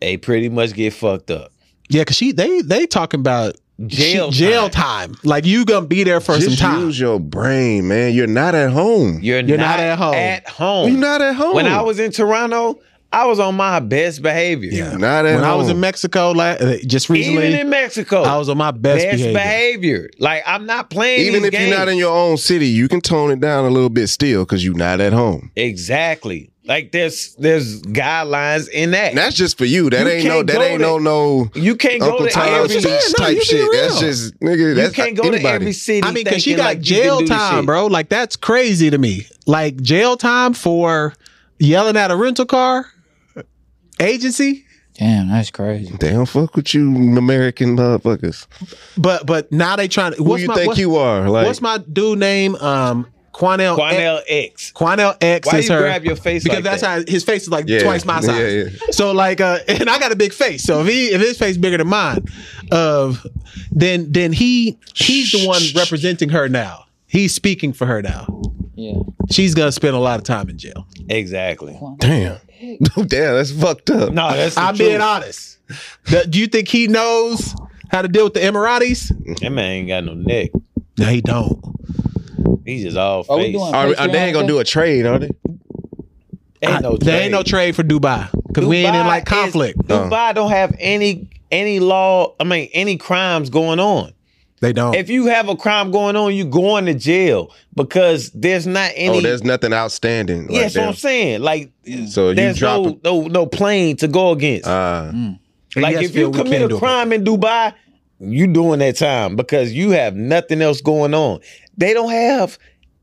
C: they pretty much get fucked up.
A: Yeah, cause she they they talking about
C: Jail
A: she- jail
C: time.
A: time. Like you gonna be there for
B: Just
A: some time.
B: use your brain, man. You're not at home.
C: You're,
A: You're
C: not, at home. At home.
B: You're not at home.
C: when I was in Toronto, I was on my best behavior.
A: Yeah.
B: not at
A: when I was
B: home.
A: in Mexico la- uh, just recently,
C: Even in Mexico,
A: I was on my best,
C: best behavior.
A: behavior.
C: Like I'm not playing.
B: even
C: these
B: if you're not
C: games.
B: in your own city, you can tone it down a little bit still because you're not at home.
C: exactly. Like there's there's guidelines in that.
B: And that's just for you. That
C: You
B: ain't no.
C: can't
B: That
C: go
B: ain't
C: to-
B: no no.
C: you can't
B: Uncle
C: go to
B: Tom's
C: every.
B: speech
A: Yeah, no,
B: type
A: you
B: shit.
A: being
B: That's
A: real.
B: just nigga.
C: You
B: That's
C: can't go
B: anybody.
C: to every city.
A: I mean, because she
C: thinking,
A: got
C: like, you can
A: jail
C: do this
A: time,
C: shit.
A: bro. Like that's crazy to me. Like jail time for yelling at a rental car agency,
D: Damn, that's crazy.
B: They don't fuck with you, American motherfuckers.
A: but but now they trying to.
B: Who
A: What's
B: you
A: my,
B: think
A: what's,
B: you are? Like,
A: what's my dude name? Um, Quanell. X-
C: Quanell X.
A: Quanell X
C: Why
A: is
C: you
A: her.
C: grab your face
A: because
C: like
A: that's
C: that?
A: how his face is like
B: Yeah,
A: twice my size.
B: yeah, yeah.
A: So like, uh, and I got a big face. So if he if his face bigger than mine, of then then he he's the one representing her now. He's speaking for her now.
D: Yeah.
A: She's gonna spend a lot of time in jail.
C: Exactly.
B: damn. damn, that's fucked up.
C: No, that's the
A: I'm
C: truth.
A: being honest. Do- Do you think he knows how to deal with the Emiratis?
C: That man ain't got no neck.
A: No, he don't.
C: He's just all
D: Are we
C: face.
D: doing-
B: Are, are they ain't gonna do a trade, are they?
A: I- there ain't no
C: trade.
A: trade for Dubai because we ain't in
C: Dubai
A: like
C: is-
A: conflict.
B: Uh-huh.
C: Dubai don't have any any law. I mean, any crimes going on.
A: they don't.
C: If you have a crime going on, you going to jail because there's not any.
B: oh, there's nothing outstanding.
C: yeah,
B: Like
C: that's what I'm
B: that.
C: saying. Like
B: so you
C: there's
B: drop.
C: no,
B: it.
C: no no plane to go against.
B: uh,
A: And
C: like
A: yes,
C: if
A: Bill,
C: you
A: we
C: commit
A: can
C: a
A: do it.
C: crime in Dubai, you doing that time because you have nothing else going on. They don't have.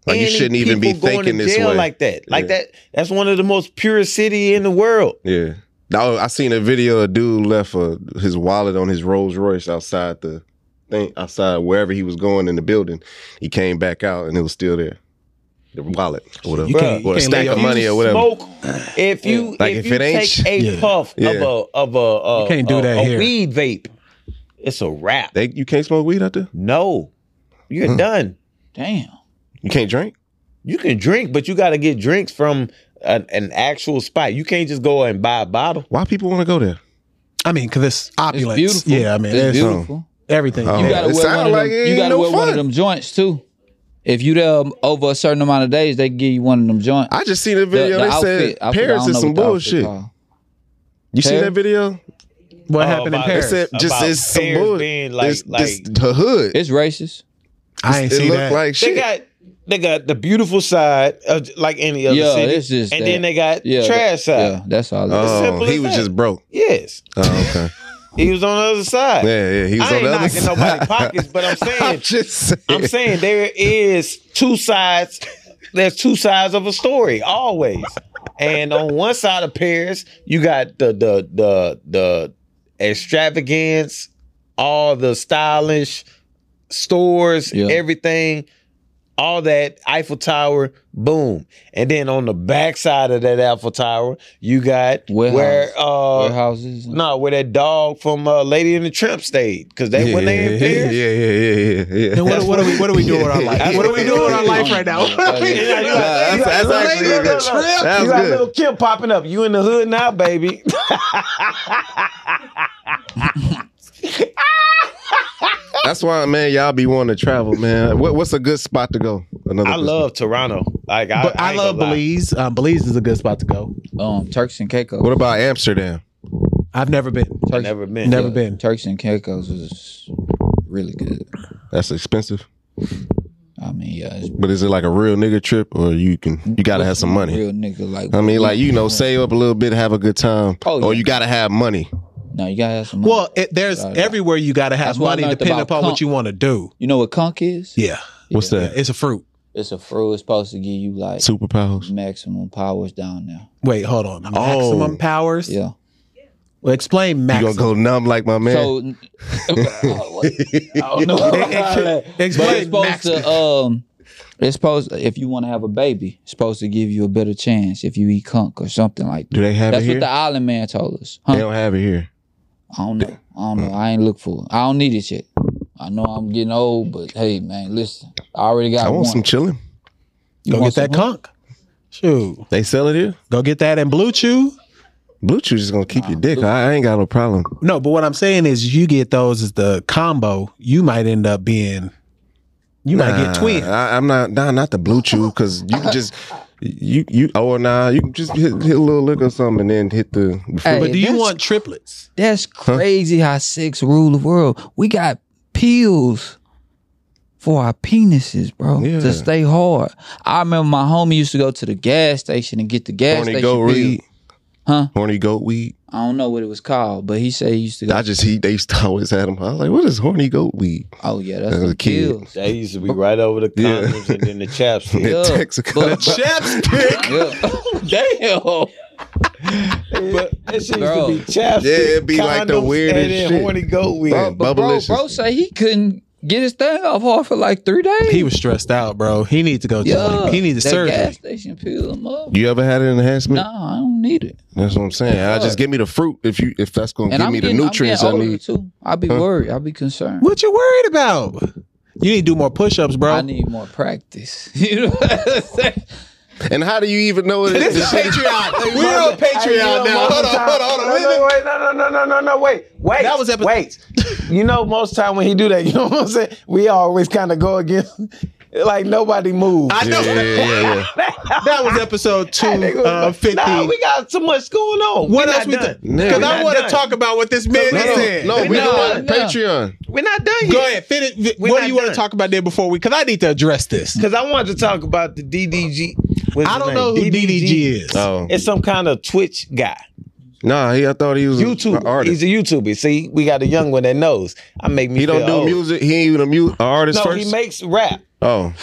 B: Like, you
C: any
B: shouldn't even be
C: people going to
B: thinking this
C: jail
B: way.
C: like that. Like
B: Yeah.
C: that. That's one of the most purest city in the world.
B: yeah. No, I seen a video. A dude left uh, his wallet on his Rolls Royce outside the thing, outside wherever he was going in the building. He came back out and it was still there. The wallet or whatever,
A: You can't-
B: or a
A: you can't
B: stack
A: leave
B: of
A: your-
B: money or whatever.
C: Smoke. If you
B: Like,
C: if,
B: if
C: you
B: it ain't-
C: take a
A: Yeah.
C: puff
B: Yeah.
C: of a of a, a
A: You can't do
C: a-
A: that
C: a
A: here.
C: weed vape, it's a wrap.
B: They, Hmm. you can't smoke weed out there.
C: no, you're done.
D: Damn.
B: You can't drink.
C: You can drink, but you got to get drinks from an, an actual spot. You can't just go and buy a bottle.
B: Why people want to go there?
A: I mean, because it's
D: It's
A: opulence.
D: beautiful.
A: Yeah, I mean,
D: it's
A: there's
D: beautiful.
A: everything.
B: Oh.
A: You
D: You
A: got-
D: gotta
B: It
D: wear, one
B: sound
D: of, them,
B: like it
D: you
B: ain't
D: gotta
B: no
D: wear one of
B: fun.
D: them joints too. If you there um, over a certain amount of days, they give you one of them joints.
B: I just seen a
D: The-
B: video.
D: the
B: they
D: outfit-
B: said
D: outfit, I
B: Paris
D: don't
B: is
D: know
B: some
D: what the outfit
B: bullshit.
D: called.
B: You see
D: Paris?
B: that video?
A: what
C: Oh,
A: happened in
C: about-
A: Paris?
B: Except just
C: About
B: it's some
C: Paris
B: bullshit.
C: being like-
B: It's-
C: like-
B: it's the hood.
D: It's racist.
A: I ain't
B: it
A: see
B: looked
A: that.
B: like
C: They
B: shit.
C: got they got the beautiful side of like any other
D: Yeah,
C: city,
D: it's just
C: and
D: that.
C: then they got
D: Yeah,
C: trash side.
D: Yeah, that's all. it is.
B: oh,
C: simple
B: he
C: as
B: was
C: that.
B: just broke.
C: Yes,
B: Oh, okay.
C: he was on the other side.
B: Yeah, yeah. He was
C: I
B: on
C: ain't
B: the other
C: knocking
B: side.
C: nobody's pockets, but I'm
B: I'm
C: saying,
B: just saying.
C: I'm saying there is two sides. There's two sides of a story always, and on one side of Paris, you got the the the the extravagance, all the stylish stores,
D: Yeah.
C: everything, all that Eiffel Tower, boom. And then on the backside of that Eiffel Tower, you got
D: Warehouse.
C: where uh
D: Warehouses.
C: no, where that dog from uh, Lady and the Tramp stayed because they when they in
B: yeah,
C: Paris.
B: yeah, yeah, yeah, yeah.
A: Then what, what are we what are we doing with our life?
B: Yeah.
A: What are we doing with our life right now? What are we
D: Yeah,
C: Yeah,
B: Nah,
C: you got-
B: that's-
C: you got
B: that's
C: little-
B: actually
C: look,
B: a good
C: look, look.
B: trip.
C: You
B: That was
C: got
B: good.
C: little Kim popping up. You in the hood now, baby.
B: That's why, man, y'all be wanting to travel, man. What, what's a good spot to go? Another
C: I
B: good
C: love Toronto. Like I,
A: But I,
C: ain't
A: love
C: gonna lie.
A: Belize. Um, Belize is a good spot to go.
D: Um, Turks and Caicos.
B: spot. What about Amsterdam?
A: I've never been.
D: Turks,
C: Never been.
A: Never been.
D: Turks and Caicos is really good.
B: That's expensive,
D: I mean, yeah, it's
B: but is it like a real nigga trip, or you can you gotta have some money?
D: Real nigga, like
B: I mean, like you know, save up a little bit, have a good time,
D: Oh,
B: or
D: yeah.
B: you gotta have money.
D: No, you gotta have some. Money.
A: Well, it, there's
D: Right.
A: everywhere you got to have
D: That's what I
A: money,
D: learned
A: depending
D: about
A: upon
D: punk.
A: what you want to do.
D: you know what conch is?
A: Yeah,
B: What's that?
A: it's a fruit.
D: It's a fruit. It's supposed to give you like
B: Superpowers.
D: maximum powers down there.
A: Wait, hold on. Maximum powers.
D: Yeah.
A: Well, explain
B: Oh. You gonna
A: maximum.
B: go numb like my man?
D: So I don't know. But it's
A: explain
D: supposed
A: maximum.
D: to um it's supposed if you want to have a baby, it's supposed to give you a better chance if you eat conch or something like that.
B: Do they have
D: That's
B: it
D: what
B: here?
D: the island man told us. Huh?
B: they don't have it here.
D: I don't know. I don't know. I ain't look for it. I don't need it yet. I know I'm getting old, but hey man, listen. I already got
B: I want
D: one.
B: some chilling.
D: You
A: go
D: want
A: get that
D: some-
A: conch. Shoot,
B: They sell it here.
A: go get that and blue chew.
B: Blue Chew is gonna keep your dick. I, I ain't got no problem.
A: No, but what I'm saying is, you get those as the combo. You might end up being, you might get
B: Nah,
A: twins.
B: I, I'm not nah, not the blue chew because you can just you you oh nah you can just hit, hit a little lick or something and then hit the. the
D: Hey,
B: fruit.
A: but do you
D: that's-
A: want triplets?
D: That's crazy how sex rule the world. We got pills for our penises, bro,
B: Yeah.
D: to stay hard. I remember my homie used to go to the gas station and get the gas
B: horny
D: station
B: goat
D: pill.
B: weed,
D: Huh?
B: Horny goat weed.
D: I don't know what it was called, but he said he used to go.
B: I just he they used to always had them. I was like, what is horny goat weed?
D: oh yeah, that's
B: As a
D: the
B: kid.
D: pills.
C: They used to be right over the
B: Yeah.
C: condoms and then the chapstick.
B: In
D: Yeah,
B: Texaco.
D: but-
B: chapstick.
D: Oh, Yeah.
C: but it used
D: Bro.
C: to be chapstick.
B: Yeah, it'd be like the
C: condoms,
B: weirdest
C: and then
B: shit.
C: horny goat weed.
D: Damn, bro, but bro,
B: Bubblicious.
D: bro say he couldn't get his thing off hard for like three days.
A: He was stressed out, bro. He needs to go. To,
D: yeah,
A: he needs
D: that
A: a surgery.
D: gas station pill him up.
B: You ever had an enhancement?
D: Nah, I don't need it.
B: That's what I'm saying. I just give me the fruit if you if that's gonna
D: And
B: give
D: I'm
B: me
D: getting,
B: the
D: I'm
B: nutrients I
D: getting older,
B: need.
D: too. I'll be worried. I'll be concerned.
A: What you worried about? You need to do more push-ups, bro.
D: I need more practice. You know what I'm saying?
B: And how do you even know it is?
A: Patreon. We're on Patreon now. Hold on, hold on,
C: No,
A: hold
C: no,
A: on.
C: wait, no, no, no, no, no, no, wait, wait.
A: That was epi-
C: wait. You know, most time when he do that, you know what I'm saying? We always kind of go against, like nobody moves.
A: I know
B: Yeah, yeah, yeah, yeah.
A: that was episode two
C: That nigga was
A: uh,
C: like,
A: fifty.
C: Nah, we got too much going on.
A: what
C: We're
A: else
C: not
A: we?
C: done.
B: Nah.
A: Because I
C: We're
A: want to
C: done.
A: talk about what this man
C: No, no,
A: said.
B: No, we
C: No,
B: doing
D: no.
B: Patreon.
C: We're not done yet.
A: Go ahead, finish.
C: We're
A: what
C: not
A: do you want to
C: done.
A: talk about there before we? Because I need to address this.
C: Because I wanted to talk about the DDG. What's
A: I
C: his
A: don't
C: name?
A: know who DDG is.
B: Oh
C: It's some kind of Twitch guy.
B: nah, he I thought he was an
C: YouTuber.
B: artist.
C: He's a YouTuber. See, we got a young one that knows. I make me
B: He don't
C: feel
B: do
C: old.
B: music. He ain't even a mu- a artist
C: No,
B: first.
C: he makes rap.
B: oh,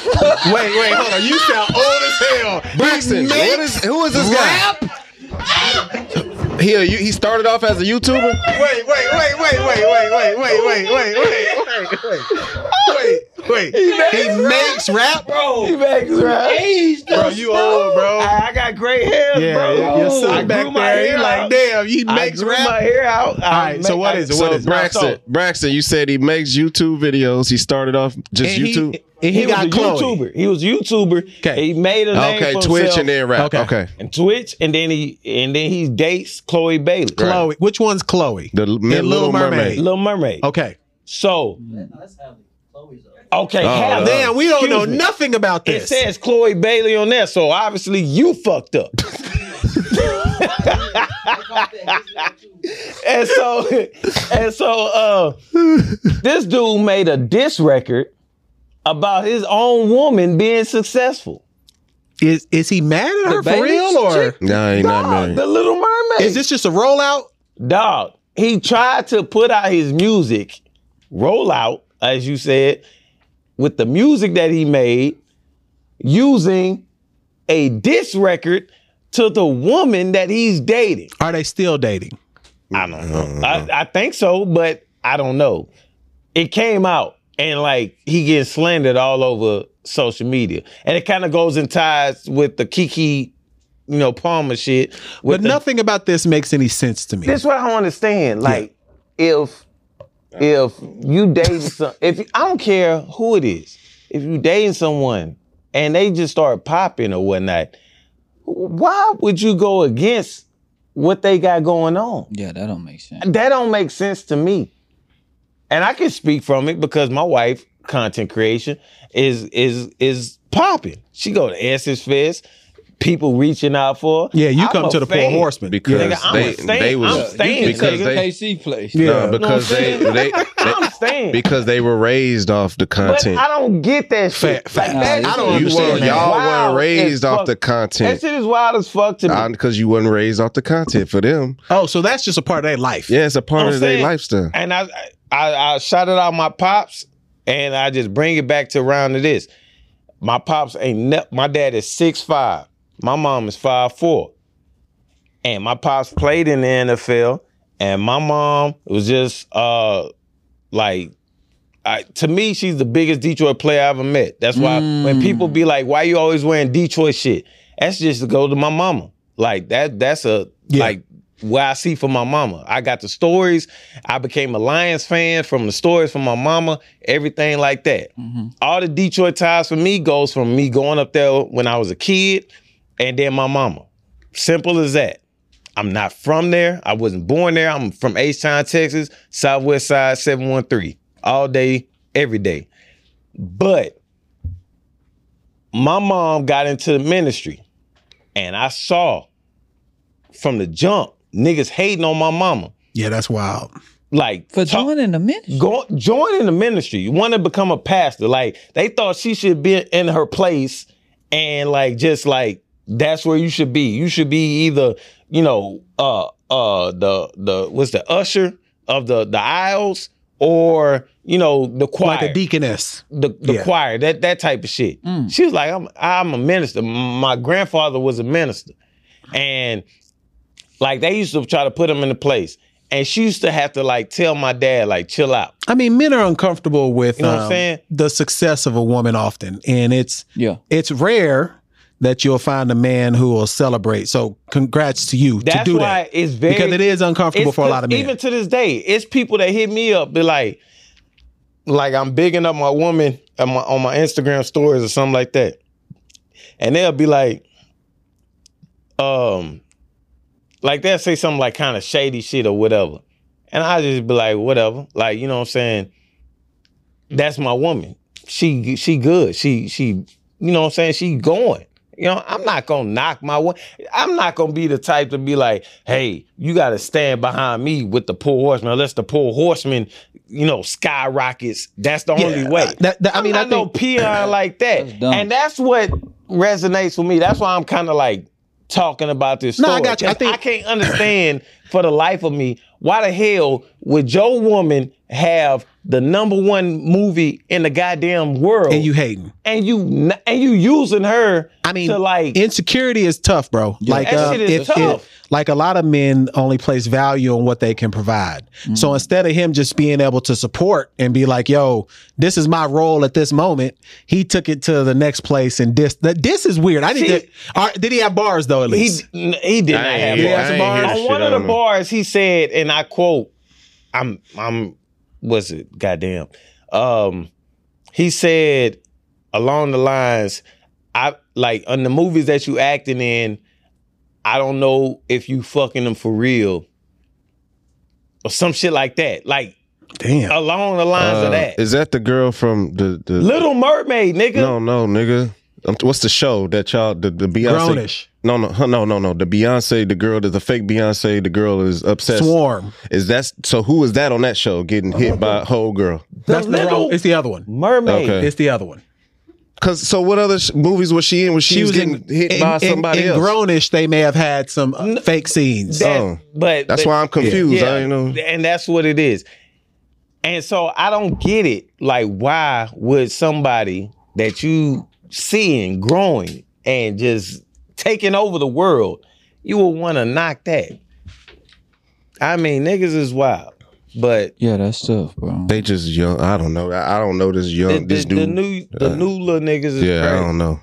A: Wait, wait, hold on. You sound old as hell.
B: Braxton. What is, who is this guy? He a you- he started off as a YouTuber.
A: Wait, wait, wait, wait, wait, wait, wait, wait, wait, wait, wait, wait, wait. Wait, he makes, rap,
C: He makes right.
A: bro. You old, bro.
C: I, I got gray hair,
A: Oh. yeah,
C: bro.
A: your- your son
C: I grew
A: back
C: my
A: there.
C: hair
A: He like,
C: out.
A: damn, he
C: I
A: makes
C: grew
A: rap.
C: my hair out. All
A: right, so what is it? What
B: So
A: is it?
B: Braxton, Braxton, you said he makes YouTube videos. He started off just
A: And
B: YouTube.
A: He, and he,
C: He,
A: got
C: was a
A: Chloe.
C: YouTuber. He was a YouTuber.
A: 'Kay.
C: He made a name
B: okay,
C: for
B: Twitch
C: himself
B: and then rap.
A: Okay.
B: Okay.
C: and Twitch, and then he and then he dates Chloe Bailey,
A: Chloe. Which one's Chloe?
B: The L- Little,
A: Little
B: Mermaid.
A: Mermaid.
C: Little Mermaid.
A: Okay.
C: So okay,
B: Oh,
C: Hallie.
A: Damn, we don't know
C: Excuse me.
A: nothing about
C: It
A: this.
C: says Chloe Bailey on there, so obviously you fucked up. and so and so uh this dude made a diss record about his own woman being successful.
A: Is is he mad at her for
D: baby
A: real or
B: No, he not
C: Dog,
B: married.
C: the Little Mermaid.
A: is this just a rollout?
C: Dog, he tried to put out his music, roll out, as you said, with the music that he made, using a diss record to the woman that he's dating.
A: Are they still dating?
C: I don't know. I, I think so, but I don't know. It came out and like he gets slandered all over social media. And it kind of goes in ties with the Kiki, you know, Palmer shit. With
A: But
C: the-
A: nothing about this makes any sense to me.
C: this what I don't understand. Like, if if you dating some, if you- I don't care who it is, if you dating someone and they just start popping or whatnot, why would you go against what they got going on?
D: Yeah, that don't make sense.
C: That don't make sense to me. And I can speak from it because my wife, content creation, is is is popping. She go to Essence Fest, people reaching out for. her.
A: yeah, you
C: I'm
A: come
C: a
A: to the poor
C: fan.
A: horseman
B: Because
A: Yeah.
C: Nigga, I'm
B: they,
C: staying-
B: they was
C: I'm staying,
B: because
C: nigga.
B: they
D: KC place.
A: Yeah.
B: no, Uh, because
C: Know what
B: they,
C: I'm
B: they,
C: I
B: they
C: understand.
B: because they were raised off the content.
C: But I don't get that
A: Fa-
C: shit.
A: fa-
C: Like,
D: Nah,
C: that,
D: you
A: I don't
D: said-
B: you
A: understand
B: were,
A: that.
B: y'all
C: Wild
B: weren't raised
C: as
B: off
C: fuck.
B: the
C: that
B: content
C: shit is wild as fuck to me.
B: because you wasn't raised off the content for them.
A: Oh, so that's just a part of their life.
B: Yeah, it's a part
C: I'm
B: of their
C: saying-
B: lifestyle.
C: and I, I, I shouted out my pops, and I just bring it back to around to this. My pops ain't. Ne- my dad is six five. My mom is five four. And my pops played in the NFL, and my mom was just uh like. I, to me, she's the biggest Detroit player I ever met. That's why when people be like, "Why you always wearing Detroit shit?" That's just to go to my mama. Like that. That's a
A: Yeah.
C: like what I see from my mama. I got the stories. I became a Lions fan from the stories from my mama. Everything like that. All the Detroit ties for me goes from me going up there when I was a kid, and then my mama. Simple as that. I'm not from there. I wasn't born there. I'm from H-Town, Texas, Southwest Side 713, all day, every day. But my mom got into the ministry, and I saw from the jump niggas hating on my mama.
A: Yeah, that's wild.
C: Like
D: For
C: talk-
D: joining the ministry.
C: go, joining the ministry. You want to become a pastor. Like they thought she should be in her place and like just like that's where you should be. You should be either, you know, uh uh the the what's the usher of the the aisles or you know the choir
A: Like a deaconess.
C: the, the
A: Yeah. Mm.
C: choir, that that type of shit. She was like, I'm I'm a minister. M- My grandfather was a minister. And like they used to try to put him in the place. And she used to have to like tell my dad, like, chill out.
A: I mean, men are uncomfortable with
C: You know what I'm
A: um,
C: saying?
A: the success of a woman often, and it's
D: Yeah.
A: it's rare that you'll find a man who will celebrate. So, congrats to you
C: That's
A: to do
C: why
A: that
C: it's very
A: because it is uncomfortable
C: it's
A: for a
C: cause
A: lot of men.
C: Even to this day, it's people that hit me up, be like, like I'm bigging up my woman on my, on my Instagram stories or something like that, and they'll be like, um, like they'll say something like kind of shady shit or whatever, and I just be like, whatever, like you know what I'm saying. That's my woman. She she good. She she you know what I'm saying. She going. You know, I'm not gonna knock my one. I'm not gonna be the type to be like, hey, you gotta stand behind me with the poor horseman, unless the poor horseman, you know, skyrockets. That's the only way.
A: uh, that- that- I
C: I'm
A: mean, I
C: not no
A: think-
C: peon like that,
D: That's dumb.
C: and that's what resonates with me. That's why I'm kind of like talking about this.
A: No, I
C: story,
A: got you. I
C: 'cause
A: think-
C: I can't understand for the life of me why the hell would your woman have the number one movie in the goddamn world,
A: and you hating.
C: and you n- and you using her.
A: I mean,
C: to like
A: insecurity is tough, bro. Like
C: That
A: uh,
C: shit is
A: if-
C: tough.
A: if- like a lot of men only place value on what they can provide. So instead of him just being able to support and be like, "Yo, this is my role at this moment," he took it to the next place and this. That this is weird. I need
C: See-
A: to. All right, did he have bars though? At
C: he
A: least
C: he did not
B: I ain't
C: have
B: hear-
A: bars.
B: I ain't hear
A: On
B: that
C: on
B: shit,
C: one
B: I
C: of the
B: don't know.
C: bars, he said, and I quote, "I'm I'm what's it? Goddamn." Um, he said along the lines, "I like on the movies that you acting in. I don't know if you fucking them for real, or some shit like that. Like
A: damn.
C: along the lines
B: Uh,
C: of that.
B: Is that the girl from the the
C: Little Mermaid, nigga.
B: No, no, nigga. Um, what's the show that y'all the, the Beyonce?
A: Grownish
B: No, no, huh, no, no, no. The Beyonce, the girl, the, the fake Beyonce, the girl is obsessed.
A: swarm.
B: Is that so? Who is that on that show getting hit by a whole girl?
A: That's the
C: Little
A: wrong. It's the other one.
C: Mermaid.
B: Okay.
A: It's the other one.
B: Cause so what other sh- movies was she in? Was she, was getting hit by somebody
A: in
B: else?
A: Grownish, they may have had some uh, fake scenes.
C: That-
B: Oh.
C: but
B: That's
C: but-
B: why I'm confused. I ain't know.
C: And that's what it is. And so I don't get it. Like, why would somebody that you seeing growing and just taking over the world, you would want to knock that? I mean, niggas is wild, but
D: Yeah, that's tough, bro.
B: They just young. I don't know. I I don't know this
C: the,
B: young.
C: the-
B: Uh, this
C: the
B: dude.
C: new the
B: uh,
C: new little niggas is
B: yeah, I
C: crazy.
B: don't know.